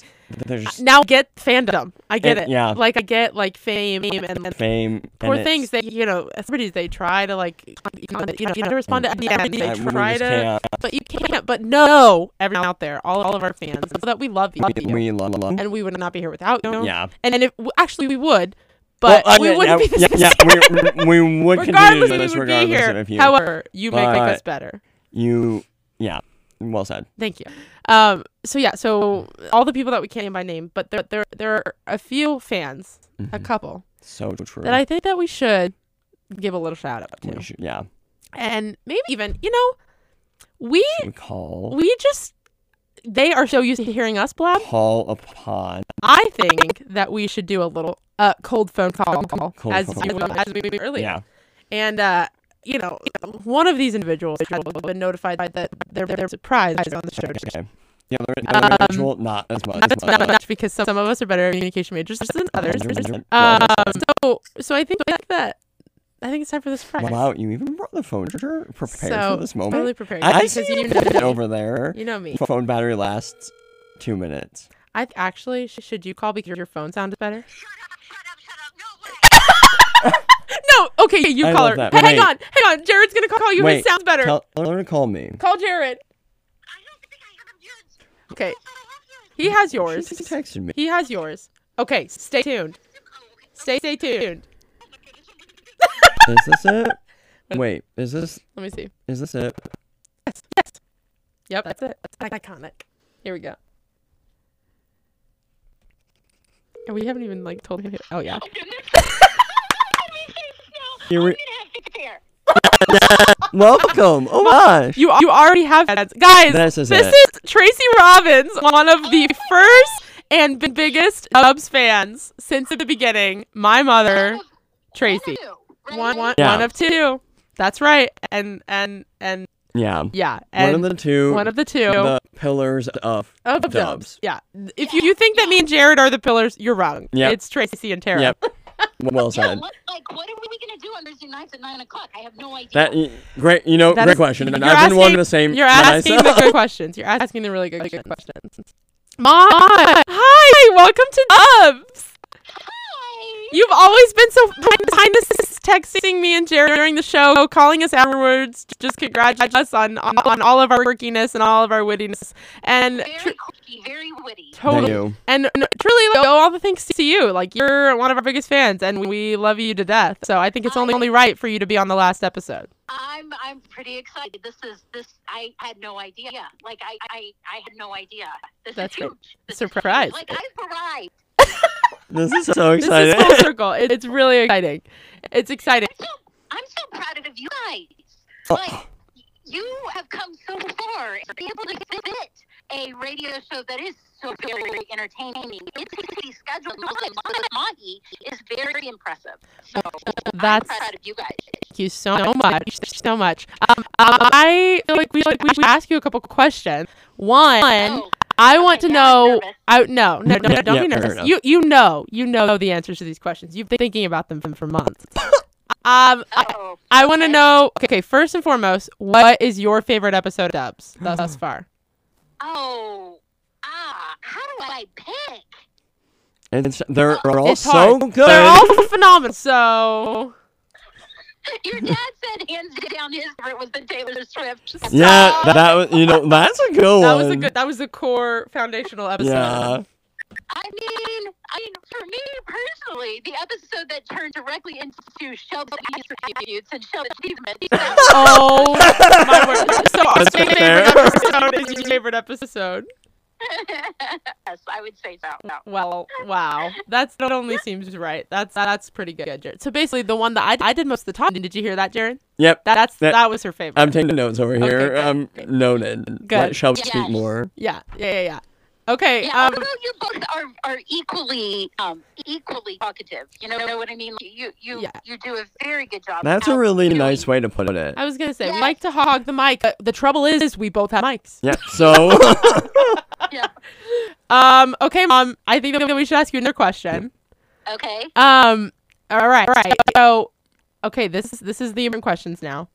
S2: there's just
S1: now I get fandom i get
S2: It-
S1: it,
S2: yeah.
S1: like i get like fame and, and
S2: fame.
S1: poor
S2: and
S1: things they you know celebrities they try to like you know, you know respond to yeah, and they
S2: It's, I- uh, we
S1: try
S2: just
S1: to
S2: can't-
S1: but you can't but no everyone out there all, all of our fans so that we love you, love you.
S2: We love. love-
S1: and we would not be here without you
S2: Yeah.
S1: and then if actually we would but
S2: Well, I
S1: we
S2: mean,
S1: wouldn't
S2: yeah,
S1: be the
S2: yeah,
S1: same
S2: yeah, we, we would continue to
S1: regardless
S2: do
S1: we
S2: this
S1: would be
S2: regardless
S1: here
S2: of you.
S1: however you make make
S2: But-
S1: us better
S2: you, yeah, well said.
S1: Thank you. Um. So yeah. So all the people that we can't name by name, but there there there are a few fans, a couple
S2: Mm-hmm. So true.
S1: that I think that we should give a little shout out
S2: We
S1: to,
S2: should- yeah.
S1: and maybe even you know, we
S2: We call.
S1: we just they are so used to hearing us blab.
S2: call upon
S1: I think that we should do a little uh cold phone call,
S2: Cold
S1: as
S2: phone
S1: you- as we did earlier.
S2: yeah
S1: And uh, you know, one of these individuals has been notified that they're they're surprised on the show.
S2: okay the other the other
S1: Um,
S2: individual not as much,
S1: That's
S2: as much.
S1: not much because some, some of us are better at communication majors than others.
S2: Hundred percent.
S1: Um,
S2: Well
S1: so, so I think that I think it's time for this prize.
S2: wow you even brought the phone charger prepared
S1: So,
S2: for this
S1: I'm
S2: moment
S1: totally prepared.
S2: i, I
S1: because
S2: see
S1: you
S2: you
S1: know, me.
S2: over there
S1: you know me.
S2: Ph- phone battery lasts two minutes
S1: I th- actually sh- should you call because your phone sounded better. no, okay, you
S2: I
S1: call
S2: love
S1: her.
S2: that.
S1: Hey, hang
S2: Wait.
S1: on, hang on. Jared's gonna call you.
S2: Wait,
S1: it sounds better.
S2: tell tell her to call me
S1: call Jared. Okay, he has yours.
S2: she just texted me
S1: He has yours. Okay, stay tuned.
S3: Oh,
S1: Stay, stay tuned.
S2: is this it wait is this
S1: Let me see.
S2: is this it
S1: Yes, yes. Yep, that's it. That's iconic. Here we go. And we haven't even like told him. who- Oh yeah.
S3: Oh,
S2: Here we- welcome oh my gosh
S1: You you already have fans, guys.
S2: This is it.
S1: is Tracy Robbins, one of the first and b- biggest Dubs fans since the beginning. My mother, Tracy, one one
S2: Yeah.
S1: one of two. That's right. And and and
S2: yeah
S1: yeah.
S2: one
S1: And
S2: of the two
S1: one of the two.
S2: the pillars of
S1: Of
S2: dubs,
S1: dubs. Yeah. If you, you think that me and Jared are the pillars, you're wrong.
S2: Yep.
S1: It's Tracy and Tara.
S2: yep well said
S3: what, like, what are we gonna do on Thursday nights at nine o'clock? I have no idea.
S2: That y- great, you know,
S1: That
S2: great
S1: is-
S2: question, and
S1: you're
S2: I've been wondering
S1: asking-
S2: the same.
S1: You're asking the
S2: myself.
S1: good questions. You're asking the really good, good questions. Mom, hi, welcome to Dubs.
S3: Hi.
S1: You've always been so behind behind the scenes texting me and Jared during the show, calling us afterwards, j- just congratulate us on, on on all of our quirkiness and all of our wittiness, and tr-
S3: Very quirky, very witty.
S1: totally and n- truly like, all the thanks to you. Like you're one of our biggest fans, and we love you to death. So I think it's only only right for you to be on the last episode.
S3: I'm I'm pretty excited. This is this I had no idea. Like I I, I had no idea. This
S1: That's
S3: is
S1: great.
S3: huge. This is huge.
S1: Surprise.
S3: Like I've arrived.
S2: This is so
S1: This is
S2: exciting.
S1: full circle. It- it's really exciting. It's exciting.
S3: So I'm so proud of you guys.
S2: Oh.
S3: Like you have come so far to be able to fit a radio show that is so very, entertaining. It's a schedule. Monty is very impressive. So
S1: That's
S3: I'm proud of you guys.
S1: Thank you so much, so much. Um, I feel like we like we should ask you a couple questions. One,
S3: Oh,
S1: I want
S3: okay,
S1: to
S3: now I'm
S1: know. I no no
S3: nervous.
S1: no,
S2: Yeah,
S1: don't be
S2: yeah, fair
S1: nervous.
S2: enough.
S1: You you know you know the answers to these questions. You've been thinking about them for months. um, I,
S3: oh,
S1: I want to
S3: okay.
S1: know. Okay, first and foremost, what is your favorite episode of Dubs thus,
S2: Hmm.
S1: thus far?
S3: Oh, ah, how do I pick?
S2: And it's, they're are all
S1: It's
S2: so
S1: hard.
S2: good.
S1: They're all phenomenal. So
S3: Your dad said hands down his favorite was the Taylor Swift.
S2: yeah, that, that was you know that's a good
S1: that
S2: one.
S1: was a good. That was a core foundational episode.
S2: Yeah.
S3: I mean, I mean, for me personally, the episode that turned directly into Shelby attributes and Shelby achievements. that was-
S1: Oh my word! So our
S2: That's
S1: favorite
S2: fair.
S1: episode is your favorite episode.
S3: yes, I would say so. No.
S1: Well, wow. That's that only seems right. That's that's pretty good, Jared. So basically, the one that I, I did most of the talking. Did you hear that, Jared?
S2: Yep.
S1: That, that's
S2: That-
S1: that, was her favorite.
S2: I'm taking notes over here.
S1: good,
S2: um, noted. Let
S1: Good.
S2: Shelby
S3: Yes.
S2: speak more.
S1: yeah, yeah, yeah, yeah. Okay.
S3: Yeah,
S1: um,
S3: although you both are, are equally um equally talkative. You know, what I mean? You you
S1: Yeah.
S3: you do a very good job.
S2: That's a
S3: at
S2: really
S3: doing-
S2: nice way to put it.
S1: I was gonna say
S3: Yes.
S1: Mike to hog the mic. But the trouble is, is we both have mics.
S2: Yeah. So
S3: Yeah.
S1: Um. Okay, mom. I think that we should ask you another question.
S3: Okay.
S1: Um. All right. All right. So, okay. This is this is the important questions now.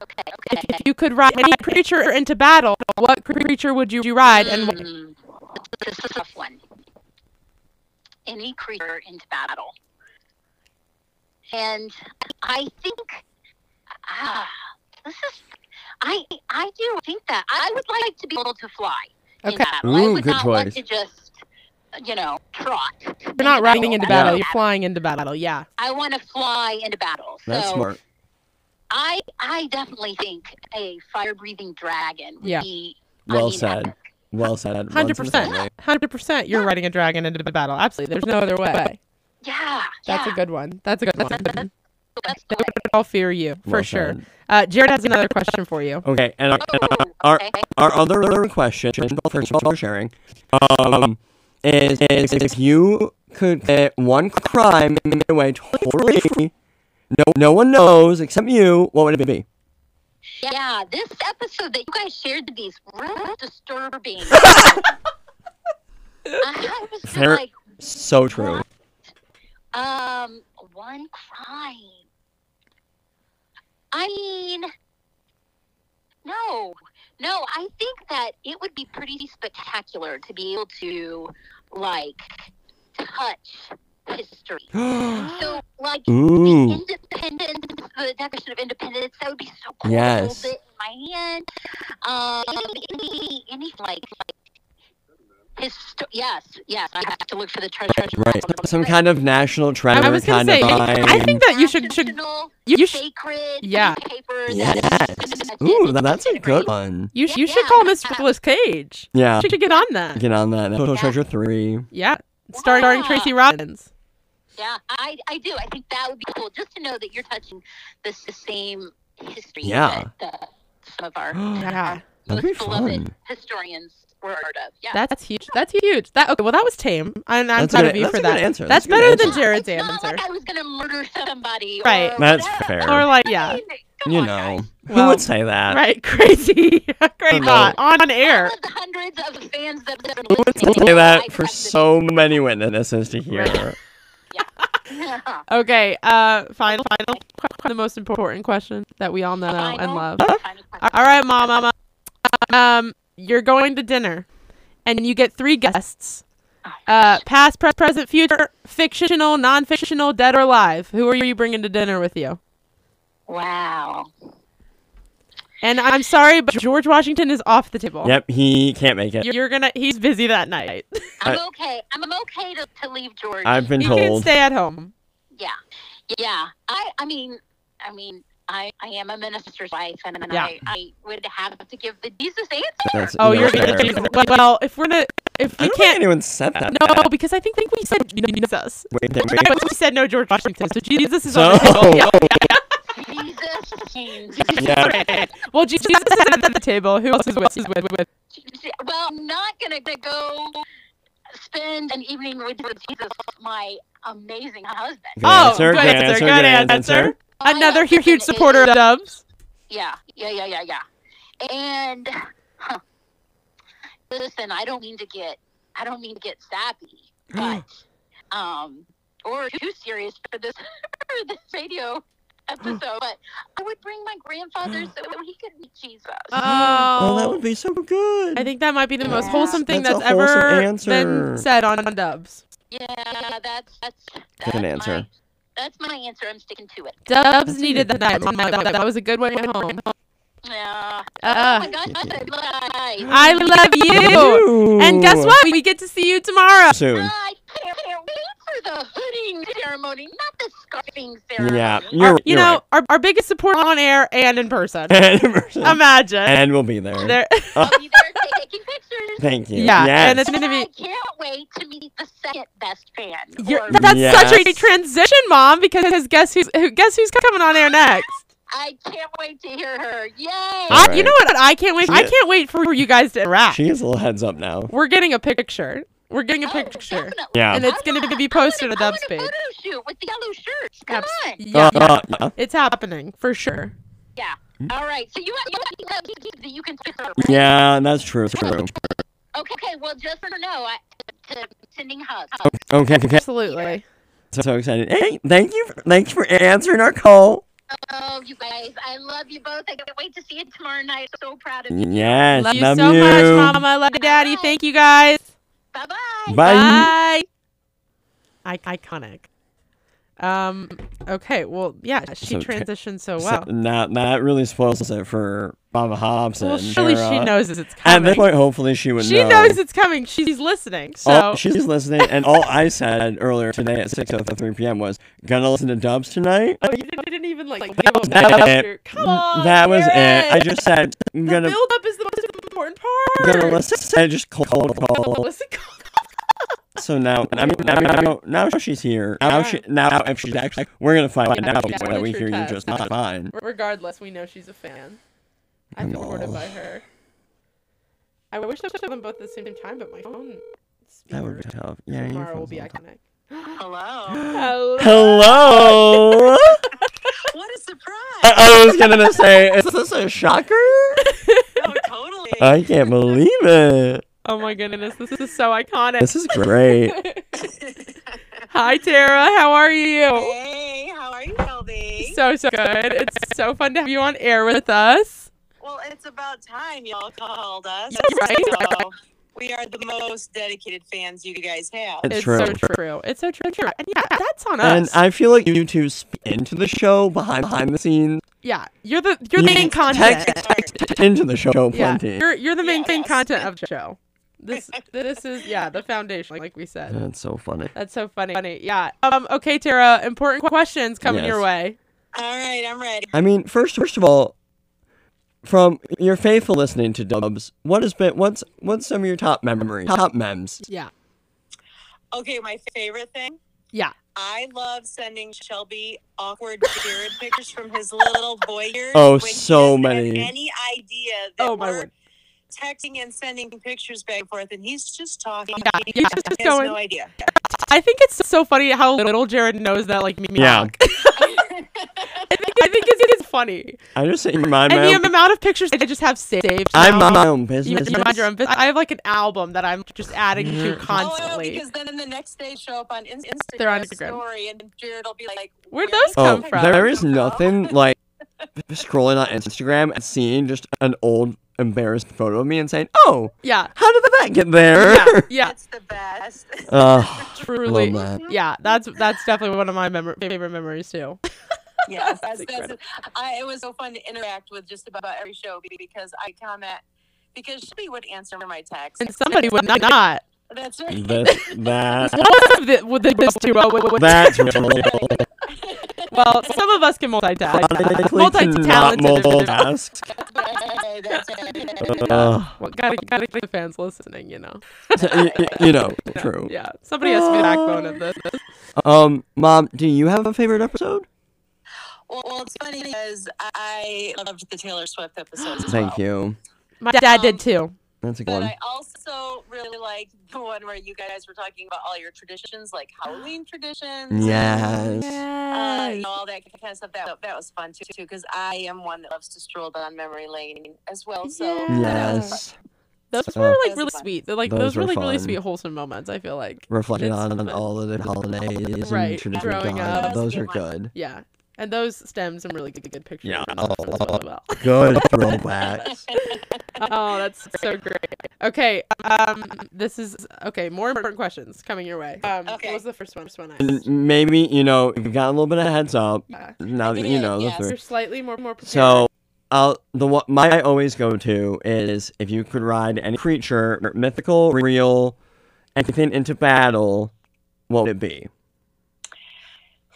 S3: Okay.
S1: If,
S3: Okay.
S1: if you could ride any creature into battle, what creature would you ride? And why?
S3: Mm, this is a tough one. Any creature into battle, and I think ah, this is. I I do think that I would like to be able to fly. in
S1: Okay.
S3: battle. I
S2: Ooh,
S3: would
S2: good
S3: not want
S2: choice.
S3: to just you know trot.
S1: you're not riding into
S2: battle.
S1: battle. You're flying into battle. Yeah.
S3: I want to fly into battle. So
S2: that's smart.
S3: I I definitely think a fire breathing dragon would
S1: Yeah.
S3: be. I
S2: Well
S3: mean,
S2: said. Well said. Runs in the
S1: Hundred percent.
S2: family.
S1: Hundred percent. You're riding a dragon into the battle. Absolutely. There's no other way.
S3: Yeah.
S1: That's
S3: yeah,
S1: a good one. That's a good one. They
S3: that's
S1: would all fear you for
S2: Well
S1: sure.
S2: said.
S1: Uh, Jared has another question for you.
S2: Okay, and our, and
S3: Oh,
S2: our, our,
S3: okay.
S2: our other question, first of all, sharing, um, is, is if you could commit one crime in a way totally free, no, no one knows except you, what would it be?
S3: Yeah, this episode that you guys shared these really disturbing. I was just
S2: Fair-
S3: like,
S2: So true.
S3: um, one crime. I mean, no, no. I think that it would be pretty spectacular to be able to, like, touch history. So, like, the
S2: Ooh,
S3: independence, the Declaration of Independence, that would be so cool. to
S2: Yes.
S3: Hold it in my hand. Um, any, any like, like his, yes, yes. I have to look for the treasure.
S2: right. Some kind of national treasure
S1: I was gonna
S2: kind
S1: say.
S2: of
S1: I
S2: crime.
S1: I think that you should should
S3: National,
S1: you, you should
S3: sacred.
S1: yeah.
S3: Paper.
S2: Yes. Ooh, tha- that's a good one.
S1: you, sh- you should
S3: Yeah.
S1: call Miss Nicholas Cage.
S2: Yeah,
S1: You should get on that.
S2: get on that. Total
S3: Yeah.
S2: Treasure 3.
S1: Yeah. Starring starring
S3: Yeah.
S1: Tracy Robbins.
S3: Yeah, I, I do. I think that would be cool just to know that you're touching this the same history.
S2: Yeah.
S3: That, uh, some of our
S1: Yeah.
S2: That'd be
S3: most beloved
S2: fun.
S3: historians were part of. Yeah.
S1: That's huge. That's huge. That okay. Well, that was tame. I'm, I'm
S2: That's a
S1: proud
S2: good-
S1: of you
S2: that's
S1: for
S2: a good
S1: that.
S2: answer.
S1: That's,
S2: That's a good
S1: better than
S2: answer.
S1: Jared's
S3: it's
S1: answer.
S3: Not like I was gonna murder somebody.
S1: Right.
S3: Or
S2: That's
S3: whatever.
S2: fair.
S1: or like,
S3: I
S1: yeah,
S3: mean, come
S2: You
S3: on,
S2: know,
S3: guys.
S2: who
S1: Well,
S2: would say that?
S1: right, crazy,
S2: I
S1: great
S2: know.
S1: thought on air.
S3: All of the hundreds of fans that have been
S2: Who would
S3: listening,
S2: say that
S3: I've
S2: for
S3: had to-
S2: so many witnesses to hear?
S3: Yeah.
S1: Okay, uh, final, final, que- the most important question that we all know and
S3: Final?
S1: love.
S2: Huh?
S3: Kind of
S1: All right, mom, mama, um, you're going to dinner, and you get three guests. Uh, past, pre- present, future, fictional, non-fictional, dead or alive. Who are you bringing to dinner with you?
S3: Wow.
S1: And I'm sorry, but George Washington is off the table.
S2: Yep, he can't make it.
S1: You're, you're gonna. He's busy that night.
S3: I'm okay. I'm okay to, to leave George.
S2: I've been
S1: you can
S2: told.
S1: stay at home.
S3: yeah. Yeah. I I mean I mean I, I am a minister's wife and, and
S1: Yeah.
S3: I, I would have to give the Jesus answer.
S2: That's
S1: Oh,
S2: not
S1: you're
S2: fair.
S1: gonna. Jesus. Well, if we're gonna, if
S2: I
S1: we
S2: don't think
S1: can't,
S2: anyone said that.
S1: no, because I think think we said Jesus.
S2: Wait, wait, wait.
S1: But we said no George Washington, so Jesus is
S2: So,
S1: on the table. Oh, Yeah,
S3: Jesus James.
S2: yeah,
S1: right. Well, Jesus is at the table. Who else is with? Is with, with, with?
S3: Well, I'm not gonna go spend an evening with, with Jesus, my amazing husband.
S2: Good
S1: oh,
S2: answer,
S1: good answer, good answer.
S3: My
S1: Another huge, huge
S3: husband
S1: supporter
S3: is-
S1: of Dubs.
S3: Yeah, yeah, yeah, yeah, yeah. And huh, listen, I don't mean to get, I don't mean to get sappy, but um, or too serious for this for this radio episode. But I would bring my grandfather so he could meet Jesus.
S1: Oh,
S2: Oh, that would be so good.
S1: I think that might be the most
S3: Yeah.
S1: wholesome thing
S2: That's
S1: that's,
S2: a wholesome
S1: ever
S2: answer.
S1: been said on, on Dubs.
S3: yeah, that's that's that's
S2: Good answer.
S3: My, that's my answer. I'm sticking to it.
S1: Dubs needed that night. Mom. That, that was a good way home.
S3: Yeah. oh
S1: Uh,
S3: my gosh, that's a lie.
S1: I love you. And guess what? We get to see you tomorrow.
S2: Soon.
S3: I can't, can't wait for the hooding ceremony, not the scarfing ceremony.
S2: Yeah,
S1: Our-
S2: you're,
S1: Uh, you
S2: you're
S1: know,
S2: right.
S1: our, our biggest support on air and in person.
S2: And in person.
S1: Imagine.
S2: and we'll be there.
S1: there.
S3: I'll be there taking pictures.
S2: Thank you.
S1: Yeah,
S2: Yes.
S1: and it's gonna
S3: I
S1: be.
S3: can't wait to meet the second best fan.
S1: You're,
S3: or-
S1: that's such a
S2: Yes.
S1: transition, mom. Because guess who's who, guess who's coming on air next?
S3: I can't wait to hear her. Yay!
S2: All
S1: I, you know what? I can't wait.
S2: She
S1: I
S2: is-
S1: can't wait for you guys to interact.
S2: she has a little heads up now.
S1: We're getting a picture. We're getting a
S3: Oh,
S1: picture.
S3: definitely.
S2: Yeah.
S1: And it's gonna be- be posted
S3: I
S1: on
S3: want
S1: Dub's
S3: a
S1: page.
S3: photo shoot with the yellow shirts. Come
S1: Abs-
S3: on.
S1: Yeah,
S2: Uh,
S1: yeah.
S2: uh, yeah.
S1: It's happening for sure.
S3: Yeah. All right. So you have you have that you can pick her. right?
S2: Yeah, that's true. True.
S3: Okay. okay, Well, just let her know. I, to, sending hugs.
S2: Okay. Okay.
S1: Absolutely.
S2: So, so excited. Hey, thank you. For, thanks for answering our call.
S3: Oh, you guys, I love you both. I can't wait to see you tomorrow night. So proud
S2: Mm-hmm.
S3: of you.
S2: Yes.
S1: Love you so much, mom. I love you, daddy.
S3: Bye.
S1: Thank you guys.
S3: Bye
S2: Bye.
S3: bye.
S1: Bye. I- iconic. Um. Okay. Well, yeah. She
S2: So-
S1: transitioned so
S2: So
S1: well.
S2: now that really spoils it for Baba Hobson.
S1: well, surely she
S2: Tara.
S1: knows it's
S2: uh, At this
S1: coming.
S2: point, hopefully, she would
S1: she
S2: know.
S1: knows it's coming. She's listening. So
S2: All- she's listening, and all I said earlier today at 6:03 p.m. was, "Gonna listen to Dubs tonight."
S1: Oh, you didn't, I didn't even like. That
S2: was it.
S1: Come on.
S2: that was it.
S1: Garrett.
S2: I just said, "I'm
S1: the
S2: gonna
S1: build up is the most important part.
S2: gonna listen." I just cold call.
S1: Listen, call-
S2: So now, I mean, now, now, now she's here. Now she, now if she's actually, we're gonna find out
S1: Yeah,
S2: whether we
S1: true
S2: hear you
S1: test.
S2: just not fine.
S1: Regardless, we know she's a fan. I'm
S2: Aw.
S1: supported by her. I wish I showed them both at the same time, but my phone
S2: That
S1: speaker
S2: would be tough. Yeah. your
S1: tomorrow will
S2: phone's
S1: be
S2: on top.
S1: iconic. Hello.
S3: Hello.
S2: Hello.
S3: What a surprise!
S2: I was gonna say, is this a shocker?
S3: Oh, totally.
S2: I can't believe it.
S1: Oh my goodness, this is so iconic.
S2: This is great.
S1: Hi Tara, how are you?
S4: Hey, how are you, Shelby?
S1: So so good. It's so fun to have you on air with us.
S4: well, it's about time y'all called us.
S1: Right, right.
S4: So, we are the most dedicated fans you guys have.
S2: It's
S1: It's
S2: true.
S1: so true. It's so true. true. And yeah, that's on
S2: And
S1: us.
S2: I feel like you two speak into the show behind behind the scenes.
S1: yeah, you're the you're the
S2: You
S1: main
S2: text-
S1: content.
S2: text into the show
S1: Yeah,
S2: plenty.
S1: you're you're the main
S4: Yeah,
S1: thing
S4: yes.
S1: content of the show. This this is yeah the foundation, like we said.
S2: That's so funny.
S1: That's so funny. Funny, yeah. Um, okay, Tara. Important questions coming your
S2: Yes.
S1: way.
S4: All right, I'm ready.
S2: I mean, first first of all, from your faithful listening to Dubs, what has been what's what's some of your top memories, top memes?
S1: Yeah,
S4: Okay, my favorite thing.
S1: Yeah.
S4: I love sending Shelby awkward Jared pictures from his little boy years.
S2: Oh,
S4: when he
S2: so
S4: doesn't have
S2: many.
S4: Any idea that
S1: Oh, my
S4: we're
S1: word.
S4: texting and sending pictures back and forth, and he's just talking.
S1: yeah.
S4: He
S1: He's just, just
S4: has
S1: going.
S4: no idea.
S1: I think it's so funny how little Jared knows that like me.
S2: Yeah.
S1: I think, I think it's, it's funny.
S2: I just say mind my
S1: and the
S2: own,
S1: amount of pictures I just have saved.
S2: I
S1: now,
S2: mind my own
S1: you
S2: business.
S1: mind your own business. I have like an album that I'm just adding to
S2: Mhm.
S4: Oh, no,
S1: constantly.
S4: because then the next day show up on Inst- Instagram,
S1: They're on Instagram.
S4: story, and Jared will be like,
S1: Where'd
S4: "Where
S1: those
S4: did
S1: come
S2: Oh,
S4: that
S1: from?
S2: there
S4: come
S2: is
S4: from?"
S2: nothing like scrolling on Instagram and seeing just an old embarrassed photo of me and saying, "Oh,
S1: Yeah.
S2: how did that get there?"
S1: Yeah. Yeah.
S4: It's the best.
S2: Ugh.
S1: Truly.
S2: Love that.
S1: Yeah. That's that's definitely one of my memor favorite memories too.
S4: yes, that's, that's
S1: incredible.
S4: I, it was so fun to interact with just about every show be- because I comment because she would answer my text.
S1: And somebody would not. not.
S4: That's right.
S2: that, that,
S1: One of the, with the, this two, oh, wait, wait, wait.
S2: that's real.
S1: well, some of us can multitask.
S2: Multi-talented.
S1: Multi-talented. individual.
S2: multitask.
S4: that's right.
S2: Ugh.
S1: Well, gotta gotta keep the fans listening, you know.
S2: So, y- y- you know, true.
S1: Yeah, somebody has to be the backbone of this.
S2: Um, mom, do you have a favorite episode?
S4: Well, well, it's funny because I loved the Taylor Swift episode. as well.
S2: Thank you.
S1: My dad did too.
S2: That's a good one.
S4: But I also really liked the one where you guys were talking about all your traditions, like Halloween traditions.
S2: Yes.
S4: Uh, you
S1: Yes.
S4: know, all that kind of stuff. That, that was fun too, too, because I am one that loves to stroll down memory lane as well. So
S1: Yeah.
S2: Yes.
S1: Those
S2: Uh,
S1: were like
S4: Those
S1: really
S4: were fun.
S1: sweet. They're like
S2: Those
S1: those,
S2: were
S1: were like really
S2: fun.
S1: sweet wholesome moments. I feel like
S2: Reflecting
S1: It's
S2: on
S1: fun.
S2: all the different holidays and
S1: Right,
S2: traditions.
S1: growing
S2: God,
S1: up.
S2: Those are
S4: Good one.
S2: good.
S1: yeah, and those stem some really good, good pictures.
S2: Yeah.
S1: and stuff as well. well.
S2: Good throwbacks.
S1: oh, that's so great. Okay, um, this is okay. More important questions coming your way. Um,
S4: Okay.
S1: what was the first one? First one I
S2: N-
S1: asked.
S2: Maybe you know you've got a little bit of heads up
S1: Yeah.
S2: now that
S4: did,
S2: you know the
S4: yes.
S2: three.
S1: You're slightly more more prepared.
S2: So, I'll, the one my I always go to is if you could ride any creature, mythical, real, anything into battle, what would it be?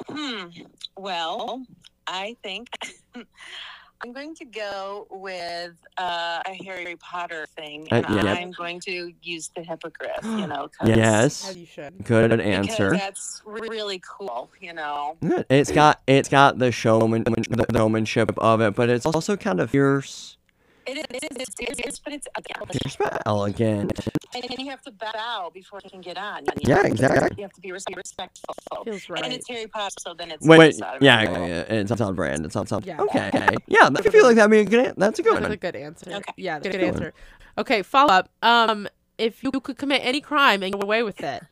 S4: Hmm. Well, I think I'm going to go with uh, a Harry Potter thing,
S2: Uh,
S4: and
S2: yeah.
S4: I'm going to use the hippogriff. You know, 'cause-
S1: As
S2: Yes,
S1: you should.
S2: good
S4: because
S2: answer.
S4: That's re- really cool. You know.
S2: Good. It's got it's got the showman the showmanship of it, but it's also kind of fierce,
S4: It is, it is, it is, it is but it's uh,
S2: fierce but elegant.
S4: and then you have to bow before you can get on.
S2: Yeah, exactly.
S4: You have to be res- respectful.
S1: Feels
S4: And
S1: right.
S4: it's Harry Potter, so then it's
S2: Wait, wait,
S4: it's
S2: yeah,
S4: automatic.
S2: yeah, yeah, it's it's on brand. It's on something.
S1: Yeah.
S2: Okay, yeah, I feel like that'd be a good. an- That's a good
S1: That's a
S2: one.
S1: good answer.
S4: Okay.
S1: Yeah, good,
S2: Good one.
S1: answer. Okay, follow up. Um, if you could commit any crime and get away with it,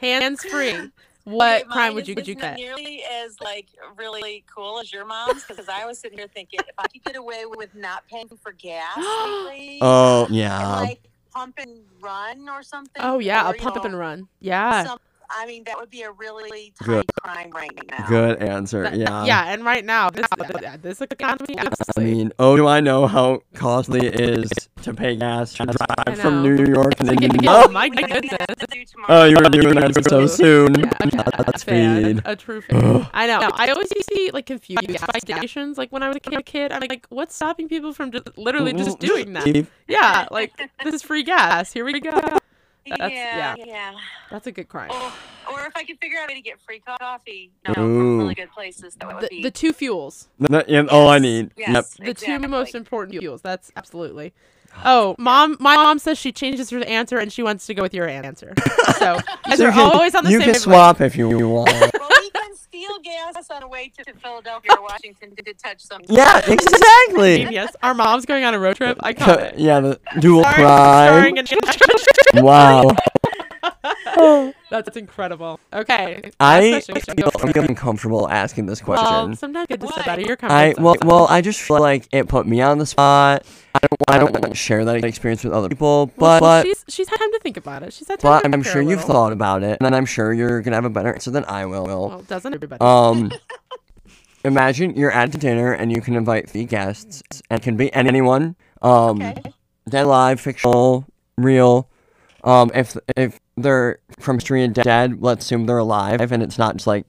S1: hands free, what
S4: Okay,
S1: crime
S4: mine
S1: would
S4: is-
S1: you would you
S4: isn't
S1: commit?
S4: Nearly as like really cool as your mom's because I was sitting here thinking if I could get away with not paying for gas lately,
S2: Oh
S4: and,
S2: yeah,
S4: like pump and run or something.
S1: Oh yeah,
S4: or,
S1: a
S4: you
S1: pump
S4: know,
S1: and run. Yeah.
S4: Some, I mean, that would be a really tight
S2: Good.
S4: crime right now.
S2: good answer.
S1: That-
S2: Yeah,
S1: yeah, and right now this yeah, this economy
S2: I
S1: absolutely.
S2: mean, oh, do I know how costly it is to pay gas and drive from
S1: know.
S2: New York and then you
S1: Oh,
S2: know?
S1: my
S4: We're gonna have
S1: goodness.
S4: to do tomorrow.
S2: Oh, you're doing that so soon.
S1: Yeah, yeah,
S2: That's
S1: a fan,
S2: feed.
S1: A true
S2: Ugh.
S1: fan. I know. I always used to be like confused by stations. Like when I was a kid, I'm like, what's stopping people from just literally
S2: Mm-hmm.
S1: just doing that?
S2: Leave.
S1: Yeah, like this is free gas. Here we go.
S4: yeah,
S1: that's-
S4: yeah.
S1: yeah. That's a good crime.
S4: Or, or if I could figure out a way to get free coffee, you know,
S2: Ooh.
S4: from really good places, that would
S1: The,
S4: be
S1: the two fuels.
S2: That- yeah, all I
S4: Yes,
S2: need.
S4: Yes,
S2: Yep.
S1: the two
S4: exactly.
S1: most important fuels. That's absolutely. Oh, mom! My mom says she changes her answer and she wants to go with your answer. So you guys
S2: So
S1: are
S2: you can-
S1: always on the
S2: you
S1: same.
S2: can
S1: wavelength.
S2: swap if you want.
S4: well, we can steal gas on the way to Philadelphia or Washington to, to touch some.
S2: yeah, exactly.
S1: Genius. Our mom's going on a road trip. I
S2: Co-
S1: caught it.
S2: yeah, the dual
S1: Starring-
S2: prime.
S1: starring an-
S2: Wow.
S1: That's incredible. Okay. last
S2: I
S1: question, Christian,
S2: feel
S1: go for it.
S2: uncomfortable asking this
S1: Well,
S2: question.
S1: Um, sometimes good to step
S4: Why?
S1: out of your comfort
S2: I
S1: zone.
S2: well, well, I just feel like it put me on the spot. I don't, I don't want to share that experience with other people,
S1: Well,
S2: but but,
S1: she's she's had time to think about it. She's had time
S2: but
S1: to
S2: I'm, I'm
S1: prepare
S2: sure
S1: a
S2: you've
S1: little.
S2: thought about it, and I'm sure you're gonna have a better answer than I will.
S1: Well, doesn't everybody?
S2: Um, imagine you're at the dinner and you can invite three guests, and it can be and anyone. Um, dead, alive, fictional, real. Um, if if they're from history and dead, let's assume they're alive, and it's not just like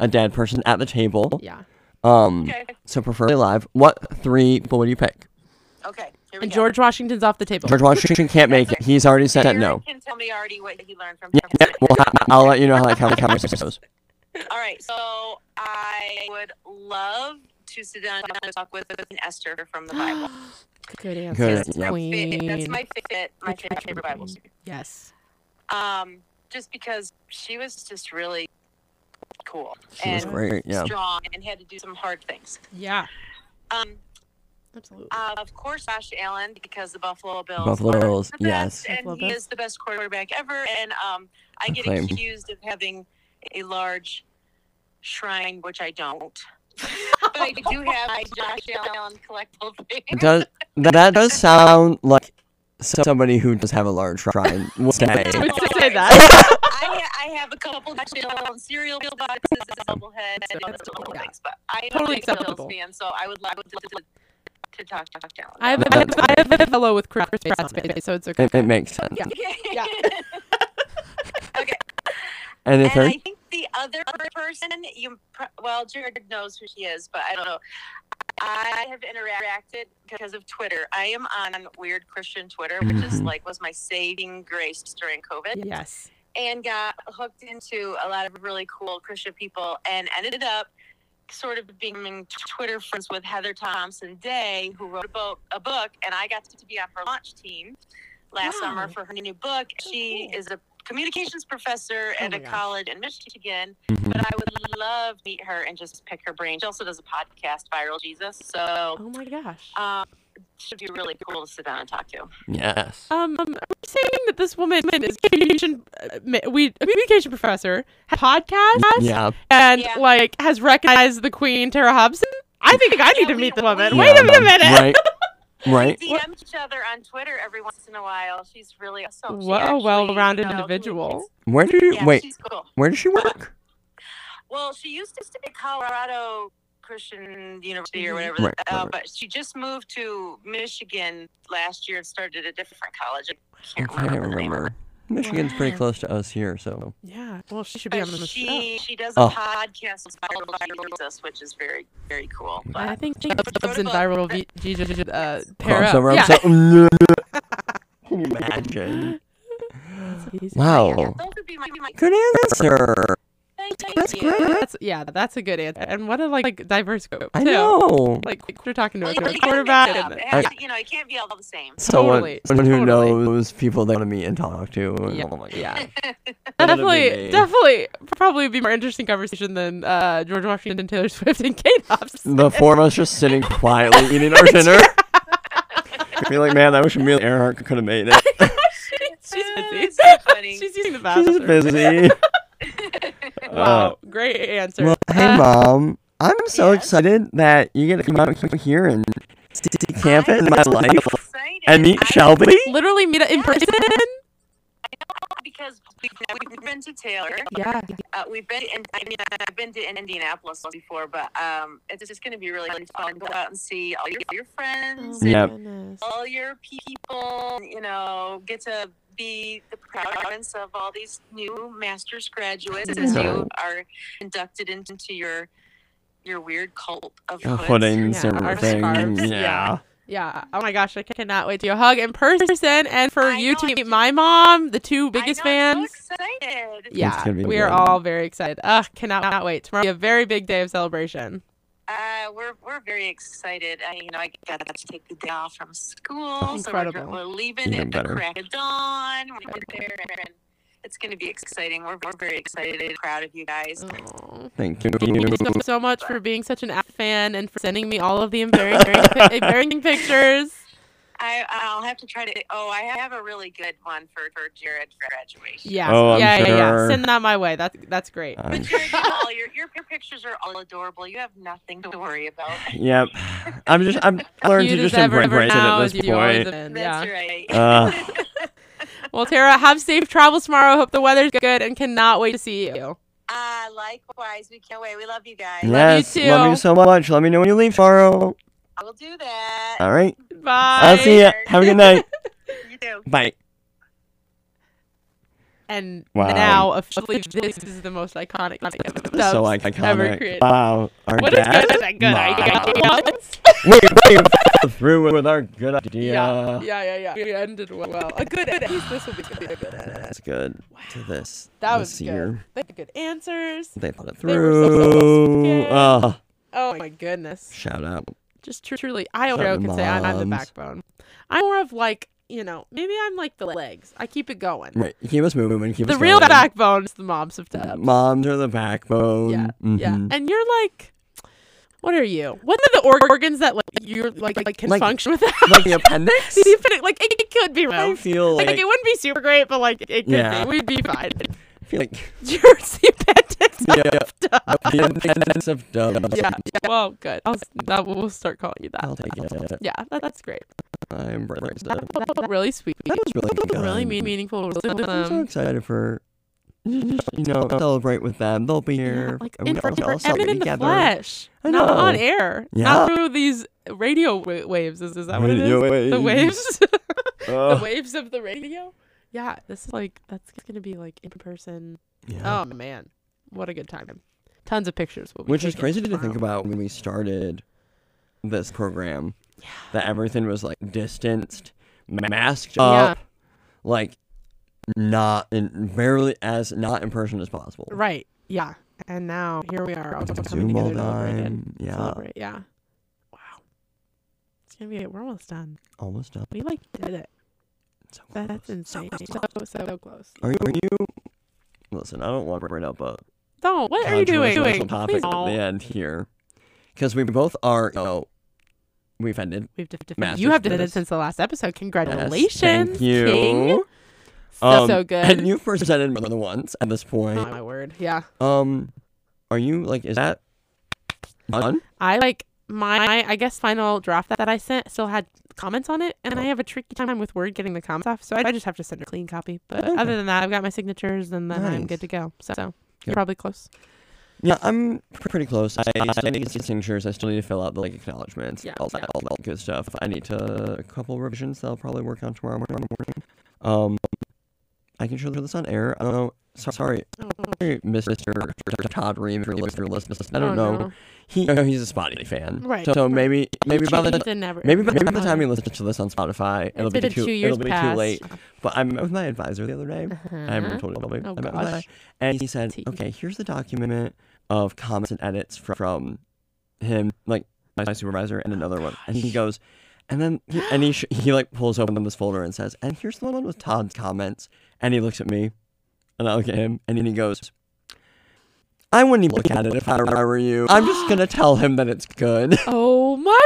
S2: a dead person at the table.
S1: yeah.
S2: Um,
S4: Okay.
S2: so preferably alive. What three people would you pick?
S4: Okay. Here we
S1: And
S4: go.
S1: George Washington's off the table.
S2: George Washington can't make it. He's already said that
S4: Jared
S2: no.
S4: Can tell me already what he learned from.
S2: Yeah, yeah, well, I- I'll let you know how that how that conversation goes.
S4: All right. So I would love to sit down and talk with, with an Esther from the Bible.
S1: Good answer,
S2: Good,
S1: That's
S2: yeah.
S4: Fa- That's
S1: queen.
S4: my favorite. My
S1: Good
S4: favorite, favorite Bible.
S1: queen.
S4: story.
S1: yes.
S4: Um, just because she was just really cool
S2: She was
S4: and
S2: great. Yeah.
S4: strong and had to do some hard things.
S1: Yeah.
S4: Um,
S1: Absolutely.
S4: Uh, of course, Josh Allen because the Buffalo Bills.
S2: Buffalo
S4: are
S2: Bills,
S4: the
S2: yes.
S4: best, and
S1: Buffalo
S4: he
S1: Bills.
S4: is the best quarterback ever. And um, I get
S2: Acclaimed.
S4: accused of having a large shrine, which I don't.
S3: but I do have my Josh Allen collectible thing.
S2: Does that does sound like somebody who does have a large shrine? will stay.
S1: Would you say that?
S4: I, ha- I have a couple of Chill cereal boxes and bobbleheads and all those little
S1: Yeah.
S4: things, but I am
S1: Totally
S4: a big Bills
S1: acceptable.
S4: fan, so I would love to, to, to talk to Josh Allen.
S1: I have a, I have, I have a fellow with crap space, on it, so it's okay.
S2: It, it makes sense.
S1: Yeah. Yeah.
S4: okay.
S2: And the
S4: And
S2: third,
S4: I think the other person, you pr- well, Jared knows who she is, but I don't know. I have interacted because of Twitter. I am on Weird Christian Twitter, which is
S2: Mhm.
S4: like was my saving grace during COVID.
S1: Yes.
S4: and got hooked into a lot of really cool Christian people and ended up sort of being Twitter friends with Heather Thompson Day, who wrote a book, a book and I got to be on her launch team last
S1: Wow.
S4: summer for her new book. She
S1: cool. Oh
S4: is a communications professor at
S1: my
S4: a
S1: gosh.
S4: college in Michigan,
S2: Mhm.
S4: but I would love to meet her and just pick her brain. She also does a podcast, Viral Jesus, so
S1: Oh my gosh.
S4: um, should be really cool to sit down and talk to.
S2: yes.
S1: Um, um, are we saying that this woman is communication, uh, ma- we a communication professor, has a podcast,
S2: Yeah.
S1: and
S4: Yeah.
S1: like has recognized the Queen Tara Hobson. I think I need
S4: Yeah,
S1: to
S4: we-
S1: meet the woman.
S4: we-
S1: Wait a minute.
S2: Right. Right.
S4: DM each other on Twitter every once in a while. She's really awesome. She
S1: What a
S4: actually,
S1: oh, well-rounded
S4: you know,
S1: individual.
S2: Where do you
S4: communicates- Yeah,
S2: wait?
S4: she's cool.
S2: Where does she work?
S4: Well, she used to stay at Colorado Christian University
S1: Mhm.
S4: or whatever,
S2: Right,
S4: uh,
S2: right, right.
S4: but she just moved to Michigan last year and started a different college. I
S2: I
S4: can't
S2: can't
S4: remember. the name of
S2: remember. Michigan's pretty
S1: Wow.
S2: close to us here, so
S1: Yeah. Well, she should
S4: it.
S1: be
S4: Uh,
S1: on the show.
S4: she she does a
S2: Oh.
S4: podcast called Viral Jesus, which is very very cool. But
S1: Oh, I think she
S4: But- but go
S1: loves
S4: to
S1: in
S4: the-
S1: viral v- g- g- g- uh, para.
S2: crossover.
S1: yeah.
S2: episode. Can you imagine?
S1: Amazing.
S4: yeah,
S2: Wow.
S4: those would be my, my
S2: Good answer.
S4: thank
S2: That's
S4: you.
S2: great.
S1: "Oh, That's yeah. That's a good answer. And what a like, like diverse group.
S2: I
S1: too.
S2: know.
S1: Like we're talking to
S4: Well,
S1: a
S4: you gotta mix it
S1: quarterback.
S4: up.
S1: And
S4: It
S1: then,
S4: has
S2: I-
S4: to- you know, it can't be all the same.
S2: Someone,
S1: Totally,
S2: someone who
S1: totally.
S2: knows people they want to meet and talk to. and-
S1: Yeah,
S2: Oh my God.
S1: yeah.
S2: That'd have been
S1: definitely,
S2: me.
S1: definitely, probably would be more interesting conversation than uh, George Washington, Taylor Swift, and Kate Hobson.
S2: The four of us just sitting quietly eating our dinner. I feel like, man, I wish Amelia Earhart could have made it.
S1: She's busy.
S4: That's so funny.
S1: She's using the
S2: She's
S1: bathroom.
S2: busy. Uh,
S1: Wow, great answer.
S2: Well, hey,
S1: Uh,
S2: mom. I'm so
S4: yes?
S2: excited that you get to come out here and see see campus in my
S4: I'm
S2: life
S4: excited.
S2: and meet
S4: I-
S2: Shelby.
S1: Uh, literally meet up in person.
S4: because we've, never, we've been to Taylor.
S1: Yeah,
S4: Uh, we've been in, I mean, I've been to Indianapolis before, but um, it's just going to be really fun. Go out and see all your, all your friends,
S2: my Yep.
S1: Oh, goodness.
S4: all your people. You know, get to be the province of all these new master's graduates as you are inducted into your your weird cult of
S2: Uh,
S4: hoods.
S2: Puddings
S1: Yeah,
S2: and
S1: our
S2: everything.
S1: scarves,
S2: Yeah.
S1: yeah. Yeah. Oh my gosh, I cannot wait to hug in person and for
S4: I
S1: you
S4: know,
S1: to
S4: I'm
S1: meet
S4: so-
S1: my mom, the two
S4: I
S1: biggest
S4: know, I'm
S1: fans.
S4: So excited.
S1: Yeah,
S2: gonna be
S1: we are
S2: good.
S1: all very excited. Ugh, cannot not wait. Tomorrow will be a very big day of celebration.
S4: Uh, we're we're very excited. I, you know, I got to take the day off from school, so
S1: Incredible.
S4: we're, dr- we're leaving
S2: Even
S4: at
S2: better.
S4: the crack of dawn. We're there, and it's going to be exciting. We're, we're very excited, proud of you guys.
S1: Oh. Aw.
S2: Thank you.
S1: Thank you so, so much for being such an avid fan and for sending me all of the embarrassing, embarrassing pictures.
S4: I I'll have to try to. Oh, I have a really good one for for Jared for graduation.
S1: Yeah.
S2: Oh, I'm
S1: yeah, yeah, yeah.
S2: sure.
S1: Send that my way. That's that's great.
S4: But
S2: Um,
S4: Jared, you all your, your your pictures are all adorable. You have nothing to worry about.
S2: yep. I'm just. I'm I learned to
S1: Cute as
S2: just
S1: ever, ever
S2: embrace it
S1: now
S2: at
S1: as
S2: this
S1: you always
S2: point.
S1: have been, Yeah.
S4: That's right.
S2: Uh,
S1: Well, Tara, have safe travels tomorrow. Hope the weather's good and cannot wait to see you.
S4: uh, likewise, we can't wait. We love you guys.
S2: yes.
S1: too.
S2: Love you so much. Let me know when you leave tomorrow.
S4: I will do that.
S2: All right.
S1: Bye.
S2: I'll see ya. Have a good night.
S4: you too.
S2: Bye.
S1: And
S2: Wow.
S1: now, officially, this is the most iconic dubs
S2: So
S1: ever
S2: iconic.
S1: created.
S2: Wow. Our
S1: What is
S2: dad.
S1: good? Is that good?
S2: Wow.
S1: idea?
S2: Wait, wait. Through with our good idea.
S1: Yeah, yeah, yeah, yeah. We ended well. A good. At least this will be good.
S2: That's good. To this.
S1: That
S2: this
S1: was
S2: year.
S1: good. They had good answers.
S2: They thought it
S1: They were so
S2: through.
S1: sophisticated.
S2: Ah,
S1: Oh my goodness.
S2: shout out.
S1: just tru- truly, I
S2: Shout
S1: don't
S2: out
S1: know.
S2: to
S1: Can say I'm, I'm the
S2: moms.
S1: backbone. I'm more of like you know maybe I'm like the legs. I keep it going.
S2: Right. Keep us moving. Keep
S1: The
S2: us
S1: real
S2: going.
S1: backbone is the moms of dubs.
S2: Moms are the backbone.
S1: Yeah, yeah.
S2: Mhm.
S1: And you're like, what are you? What are the or- organs that like you're like like can
S2: Like-
S1: function without?
S2: Like the appendix?
S1: See, but it- like it, it could be
S2: I
S1: removed.
S2: feel
S1: Like,
S2: like,
S1: it wouldn't be super great, but like it could
S2: Yeah.
S1: be. We'd be fine.
S2: I feel like
S1: Jersey appendix
S2: yeah, the independence of dubs.
S1: Yeah. yeah. Well, good. I'll, s- that, we'll start calling you that.
S2: I'll take it.
S1: Yeah, that, that's great.
S2: I embrace
S1: That,
S2: it.
S1: that felt really sweet.
S2: That was really good.
S1: Really mean, meaningful. Really,
S2: I'm so
S1: um,
S2: excited for you know celebrate with them. They'll be here.
S1: like
S2: and
S1: in,
S2: we'll
S1: per- in,
S2: all
S1: per-
S2: celebrate
S1: evident in the
S2: together.
S1: flesh,
S2: I
S1: not on
S2: know.
S1: air,
S2: Yeah.
S1: not through these radio wa- waves. Is, is that what it is? The waves,
S2: Oh.
S1: the waves of the radio. Yeah, this is like that's gonna be like in person.
S2: Yeah.
S1: Oh man, what a good time! Tons of pictures. Will be
S2: Which is
S1: taken.
S2: crazy to
S1: Wow.
S2: think about when we started this program. That everything was like distanced, masked up, like not in barely as not in person as possible.
S1: Right. Yeah. And now here we are all coming
S2: Zoom all
S1: together to celebrate it.
S2: time. Yeah.
S1: Celebrate. Yeah. Wow. It's gonna be. We're almost done.
S2: Almost done.
S1: We like did it.
S2: So
S1: That,
S2: close.
S1: that's insane. So so, close.
S2: Are you, are you? Listen, I don't want to bring up a
S1: Don't. What are you doing?
S2: controversial
S1: Doing.
S2: topic
S1: Please
S2: at
S1: don't.
S2: the end here, because we both are. You know, we've ended.
S1: We've def- def-
S2: Master's
S1: you have defended
S2: minutes.
S1: since the last episode.
S2: Yes,
S1: Congratulations,
S2: thank you.
S1: King. So,
S2: Um,
S1: so good.
S2: And you've presented more than once at this
S1: oh
S2: point.
S1: my word. Yeah.
S2: Um, are you like? Is that done?
S1: I like my I guess final draft that, that I sent still had comments on it, and I have a tricky time with Word getting the comments off, so I, I just have to send a clean copy. But
S2: Okay.
S1: other than that, I've got my signatures, and then I'm
S2: Nice.
S1: good to go. So, so
S2: Good.
S1: you're probably close.
S2: Yeah, I'm pr- pretty close. I still need to get signatures. I still need to fill out the like acknowledgments.
S1: Yeah,
S2: all,
S1: yeah.
S2: That, all that good stuff. I need to a couple revisions that I'll probably work on tomorrow morning. Um, I can show this on air. I don't know. So, sorry, Hey, Mr. Todd Ream, if you're listening, you're listening, I don't know. He, I know he's a Spotify fan,
S1: Oh, Right,
S2: So, so
S1: right.
S2: maybe, maybe by the
S1: Ethan never-
S2: maybe by, maybe by the
S1: never
S2: time
S1: mind.
S2: you listen to this on Spotify, it'll
S1: It's
S2: be
S1: been
S2: too
S1: two years
S2: it'll be too
S1: past.
S2: late. But I met with my advisor the other day. I haven't
S1: Uh-huh.
S2: told you about it.
S1: Oh,
S2: I met with my-
S1: gosh.
S2: and he said,
S1: Tea.
S2: "Okay, here's the document of comments and edits fr- from him, like my my supervisor, and another one." And he goes, and then he, and he sh- he like pulls open this folder and says, "And here's the one with Todd's comments." And he looks at me, and I look at him, and then he goes. I wouldn't even look at it if I were you. I'm just gonna tell him that it's good.
S1: Oh my!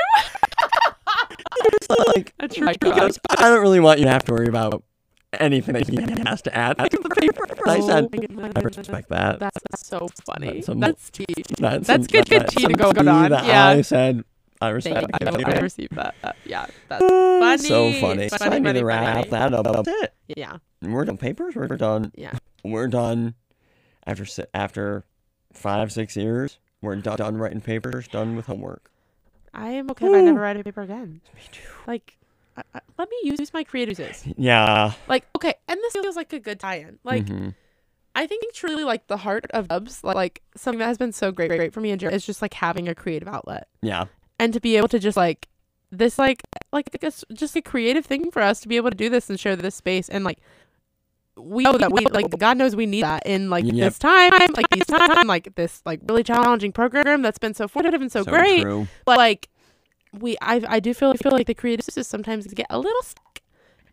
S2: It's like,
S1: A true
S2: he goes, I don't really want you to have to worry about anything that he has to add to the paper. And I said, I respect that.
S1: Oh That's so funny.
S2: That's a mo-
S1: That's tea. That's
S2: That's, some-
S1: good- good
S2: that's
S1: tea to
S2: some
S1: go
S2: tea
S1: on,
S2: That
S1: yeah.
S2: I said, I
S1: Thank
S2: respect
S1: you. I
S2: that.
S1: received that. Uh, yeah, that's
S2: Uh,
S1: funny.
S2: So funny. So I
S1: Funny,
S2: need
S1: funny,
S2: to wrap
S1: funny.
S2: that up. That's it.
S1: yeah.
S2: We're done. Papers. We're done.
S1: Yeah.
S2: We're done. After si- after five six years, we're done, done writing papers. Done with homework.
S1: I am okay if I never
S2: Ooh.
S1: write a paper again.
S2: Me too.
S1: Like, I, I, let me use my creative juices.
S2: Yeah.
S1: Like, okay, and this feels like a good tie-in. Like,
S2: Mhm.
S1: I think truly, like the heart of Dubs, like, like something that has been so great, great for me and Jared is just like having a creative outlet
S2: Yeah.
S1: and to be able to just like this, like, like I guess just a creative thing for us to be able to do this and share this space and like. We know that we like God knows we need that in like
S2: Yep.
S1: this time, like these time, like this like really challenging program that's been so formative and so, great.
S2: True.
S1: But like we I I do feel I feel like the creative juices sometimes get a little stuck.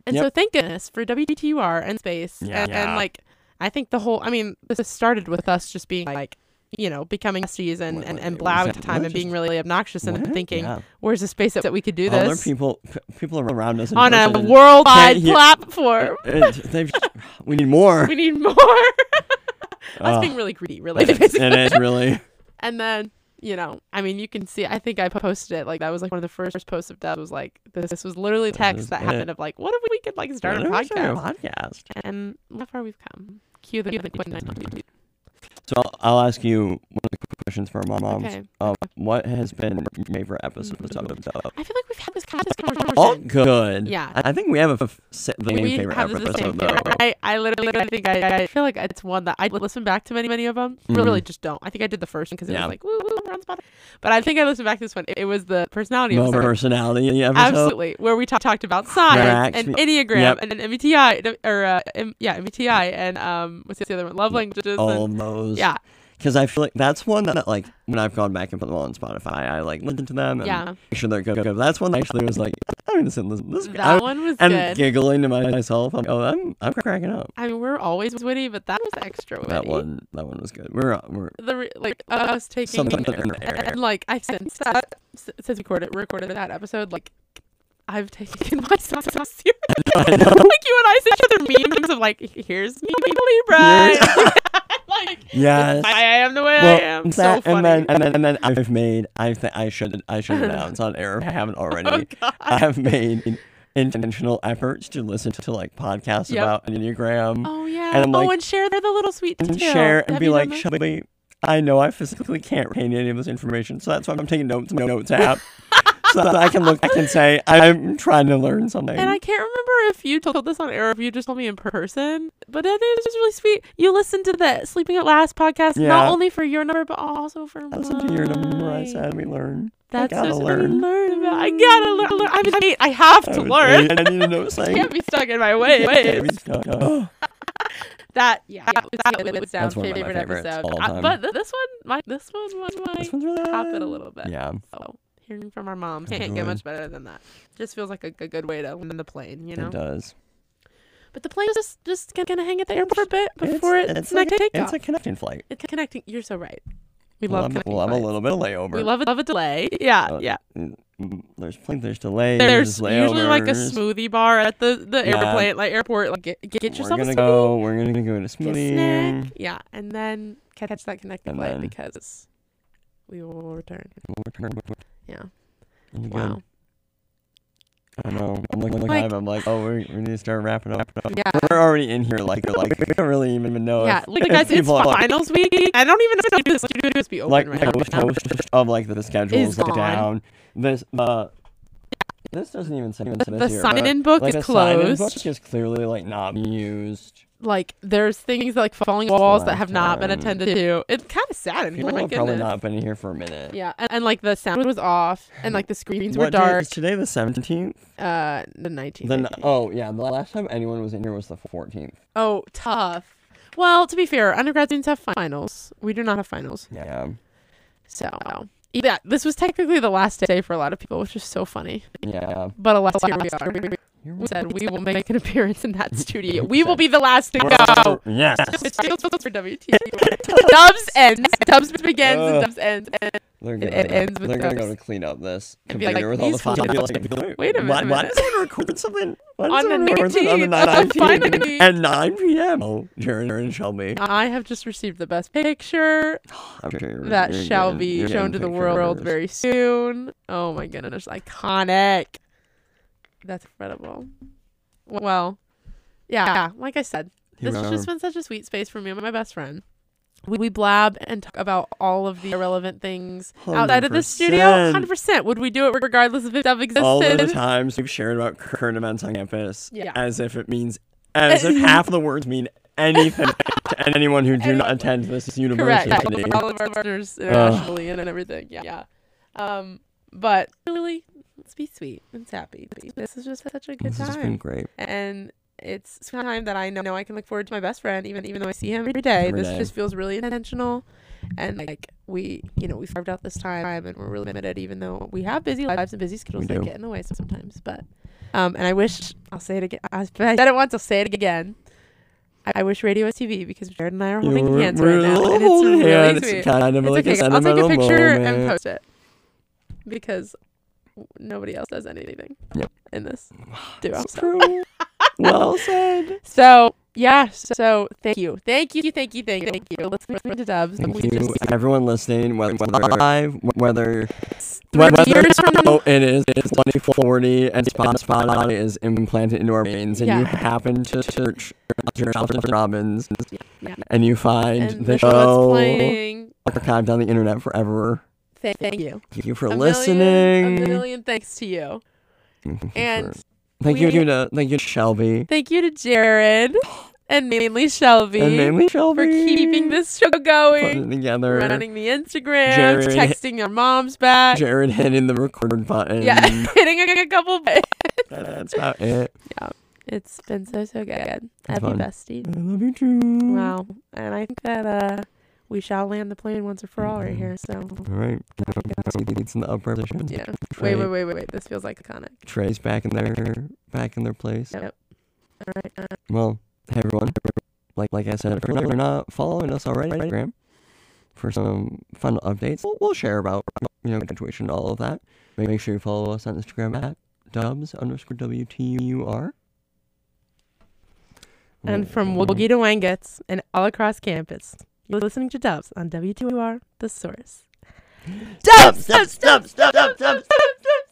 S1: And so
S2: Yep.
S1: thank goodness for WTUR and space
S2: Yeah.
S1: and,
S2: Yeah.
S1: and like I think the whole I mean this started with us just being like you know, becoming besties and, and, and
S2: Well,
S1: blab at the
S2: exactly.
S1: time and being
S2: Just-
S1: really obnoxious and
S2: What?
S1: thinking,
S2: Yeah.
S1: where's the space that we could do
S2: Other
S1: this
S2: people, p- people around us in
S1: on a
S2: person,
S1: worldwide
S2: can't hear-
S1: platform?
S2: it- they've- we need more.
S1: we need more. us
S2: Ugh.
S1: being really greedy, really.
S2: Oh. It is- it is really.
S1: And then, you know, I mean, you can see, I think I posted it. Like, that was like one of the first posts of Dub was like, this, this was literally
S2: is
S1: text that
S2: it.
S1: happened of like, what if we could like start a
S2: Why don't we start a
S1: podcast?
S2: podcast.
S1: And how far we've come. Cue the, cue the
S2: So I'll, I'll ask you one of the questions for our moms.
S1: Okay.
S2: Um, what has been your favorite episode of Dub Dub Dub?
S1: I feel like we've had this kind of
S2: All
S1: conversation.
S2: good.
S1: Yeah.
S2: I, I think we have a f- s- the same
S1: we
S2: favorite
S1: have the
S2: episode
S1: same
S2: though.
S1: I, I literally I think I, I feel like it's one that I listen back to many many of them really just don't I think I did the first one because it
S2: Mm-hmm. Yeah.
S1: was like woo woo we're on Spotify but I think I listened back to this one it, it was the personality
S2: No
S1: episode
S2: personality in the episode.
S1: Absolutely, where we ta- talked about science
S2: Correct.
S1: and enneagram
S2: Yep.
S1: and, and MBTI d- or uh, M- yeah MBTI and um what's the other one? Love languages.
S2: All
S1: and,
S2: of those.
S1: yeah,
S2: Because I feel like that's one that like when I've gone back and put them on Spotify, I like listen to them and
S1: Yeah.
S2: make sure they're good. good. That's one that actually was like I'm gonna send this. this
S1: that
S2: I'm,
S1: one was
S2: I'm
S1: good.
S2: giggling to my- myself. I'm oh I'm I'm cracking up.
S1: I mean, we're always witty, but that was extra witty.
S2: That one that one was good. We're we're
S1: The re- like us taking
S2: something in
S1: and,
S2: there.
S1: like I since that s- since we recorded recorded that episode like. I've taken myself so seriously.
S2: I know.
S1: like you and I send each other memes of like, here's me, Libra.
S2: Here's-
S1: like,
S4: like,
S2: Yes.
S1: I am the way I am. so
S2: that-
S1: funny.
S2: and then and then and then I've made I think I should I should announce on air if I haven't already.
S1: oh God.
S2: I have made in- intentional efforts to listen to like podcasts
S1: Yep.
S2: about Enneagram
S1: oh yeah.
S2: and I'm
S1: oh,
S2: like-
S1: and share the little sweet
S2: and
S1: too.
S2: share and
S1: Have
S2: be
S1: you
S2: like,
S1: done that?
S2: Shelby, I know I physically can't retain any of this information, so that's why I'm taking notes in my notes app. so that I can look I can say I'm trying to learn something.
S1: And I can't remember if you told this on air or if you just told me in person, but that is just really sweet. You listened to the Sleeping at Last podcast,
S2: Yeah.
S1: not only for your number, but also for
S2: I
S1: mine.
S2: listened to your number I said we learn.
S1: That's
S2: gotta
S1: just
S2: learn.
S1: learn about. I gotta learn. learn. I, mean, I mean, I have
S2: I
S1: to
S2: would-
S1: learn.
S2: I, I need to know something.
S1: can't be stuck in my way.
S2: Can't be stuck. Oh,
S1: That yeah, that was, that was Down's
S2: one of my
S1: favorite
S2: favorites
S1: episode.
S2: all
S1: Uh,
S2: time.
S1: but th- this one, my this one was my
S2: this one's really
S1: top it
S2: good.
S1: a little bit.
S2: Yeah.
S1: So hearing from our mom
S2: That's a
S1: can't
S2: good
S1: get
S2: one.
S1: much better than that. Just feels like a, a good way to win the plane, you know.
S2: It does.
S1: But the plane is just just gonna- gonna hang at the airport for a bit before it's, it's, next
S2: like,
S1: takeoff.
S2: It's a connecting flight.
S1: It's connecting. You're so right. We
S2: Well,
S1: love
S2: I'm,
S1: connecting.
S2: well, I'm a
S1: flights.
S2: little bit of layover.
S1: We love it. Love a delay. Yeah,
S2: Uh,
S1: yeah.
S2: Mm, mm, There's plenty. There's delays.
S1: There's
S2: layovers.
S1: usually like a smoothie bar at the the
S2: Yeah.
S1: airplane, like airport. Like get, get
S2: We're
S1: yourself a
S2: gonna
S1: smoothie.
S2: go. We're gonna go to
S1: get a
S2: smoothie.
S1: snack. Yeah, and then catch that connecting
S2: And
S1: flight
S2: then-
S1: because we will return.
S2: We're turning- we're-
S1: Yeah.
S2: we're good.
S1: Wow.
S2: I know. I'm looking at the
S1: Like-
S2: time. I'm like, oh, we, we need to start wrapping up. wrapping up.
S1: Yeah.
S2: We're already in here. Like, like we don't really even know.
S1: yeah.
S2: If,
S1: Like
S2: if
S1: guys, it's
S2: people are,
S1: finals week. I don't even know how to do this. Like, you do just be open
S2: Like,
S1: right
S2: like
S1: now.
S2: the host of like the schedules
S1: Is
S2: like,
S1: gone.
S2: down. This uh, this doesn't even say even say
S1: The,
S2: this here, but,
S1: sign-in book
S2: like,
S1: is
S2: the sign-in
S1: closed.
S2: book is clearly like not being used.
S1: like there's things like falling walls that
S2: Last
S1: have not been
S2: time.
S1: attended to. It's kind of sad in here.
S2: People
S1: Oh My
S2: have probably
S1: goodness.
S2: not been in here for a minute.
S1: Yeah, and, and like the sound was off, and like the screens were
S2: What day-
S1: dark.
S2: Is today the seventeenth?
S1: Uh, the nineteenth.
S2: Then oh yeah, the last time anyone was in here was the fourteenth.
S1: oh, tough. Well, to be fair, undergrad students have finals. We do not have finals,
S2: Yeah,
S1: so yeah, this was technically the last day for a lot of people, which is so funny.
S2: yeah.
S1: But alas, here we are.
S2: You're
S1: We
S2: right.
S1: said we will make an appearance in that studio. We will be the last to go.
S2: Yes.
S1: It's still supposed for WT. Dubs ends. Dubs begins. And
S2: Ugh.
S1: dubs ends. And
S2: They're gonna,
S1: it ends with
S2: they're gonna go
S1: us.
S2: to clean up this
S1: And be like,
S2: computer with all the
S1: "These
S2: files. They'll be
S1: files-
S2: like,
S1: Wait a
S2: Why,
S1: minute.
S2: why does it record something? Why does
S1: On
S2: it
S1: the
S2: record something on the
S1: 19th,
S2: 19th
S1: finally.
S2: and 9 p.m.? Oh, Jaren and Shelby.
S1: I have just received the best picture.
S2: I'm sure you're-
S1: that
S2: you're
S1: shall
S2: getting-
S1: be
S2: you're
S1: shown to
S2: getting
S1: the world
S2: pictures.
S1: very soon. Oh my goodness, iconic. That's incredible. Well, yeah, like I said,
S2: Here
S1: this
S2: we
S1: has
S2: are.
S1: just been such a sweet space for me and my best friend. We, we blab and talk about all of the irrelevant things outside of the studio.
S2: 100%.
S1: 100%. Would we do it regardless if it dub existed?
S2: all of the times we've shared about current events on campus
S1: Yeah.
S2: as if it means as if half of the words mean anything to anyone who do not
S1: Anyone.
S2: attend this
S1: Correct.
S2: university.
S1: Yeah, All of our partners internationally and, and everything. Yeah. yeah. Um, but really, let's be sweet. It's happy. This is just such a good
S2: This has been
S1: time.
S2: great.
S1: And it's time that I know, know I can look forward to my best friend, even even though I see him every day.
S2: Every
S1: this
S2: day.
S1: just feels really intentional. And like we, you know, we carved out this time, and we're really limited, even though we have busy lives and busy schedules
S2: We
S1: that
S2: do.
S1: get in the way sometimes. But, um, and I wish I'll say it again. I said it once. I'll say it again. I, I wish radio was TV because Jared and I are holding
S2: We're-
S1: hands
S2: we're
S1: right now, and it's
S2: holding
S1: really
S2: hands.
S1: sweet.
S2: It's kind of
S1: It's
S2: like
S1: okay.
S2: a
S1: guys. I'll take a
S2: sentimental
S1: picture and
S2: moment.
S1: post it because w- nobody else does anything
S2: Yep.
S1: in this duo.
S2: It's
S1: So.
S2: true. well said.
S1: So yeah, so, so thank you, thank you, thank you, thank you, thank you. Let's move to Dubs.
S2: Thank
S1: we
S2: you,
S1: Just,
S2: everyone listening, whether whether live, whether
S1: three
S2: whether
S1: years from
S2: oh, it is it's 2040 and Spot- Spotify is implanted into our brains, and
S1: Yeah.
S2: you happen to search Jonathan Robbins,
S1: yeah.
S2: and you find
S1: and
S2: the
S1: the
S2: show
S1: show that's playing.
S2: archived on the internet forever.
S1: Thank, thank you
S2: Thank you for
S1: A million-
S2: listening.
S1: a million thanks to you,
S2: Thank you for-
S1: and
S2: thank you
S1: we-
S2: to thank you to Shelby
S1: thank you to Jared and mainly Shelby
S2: and mainly Shelby
S1: for keeping this show
S2: putting
S1: going,
S2: it together.
S1: running the Instagram,
S2: Jared-
S1: texting our moms back,
S2: Jared hitting the record button.
S1: yeah, hitting a, a couple. bu-
S2: That's about it.
S1: It's been so so good. Happy
S2: fun.
S1: bestie.
S2: I love you too.
S1: Wow, and I think that uh, we shall land the plane once and for all right here. So
S2: All right. It's in the upper position.
S1: yeah. Wait,
S2: Trey,
S1: wait, wait, wait, wait. This feels like iconic.
S2: Trey's back in their back in their place.
S1: Yep. All right. Uh,
S2: Well, hey everyone. Like like I said, if you're not following us already, on Instagram for some fun updates, we'll, we'll share about you know graduation, and all of that. Make, make sure you follow us on Instagram at dubs underscore wtur.
S1: and from Woogie to Wangets and all across campus, You're listening to Dubs on W2R, The Source.
S2: Dubs, dubs, dubs, dubs, dubs, dubs.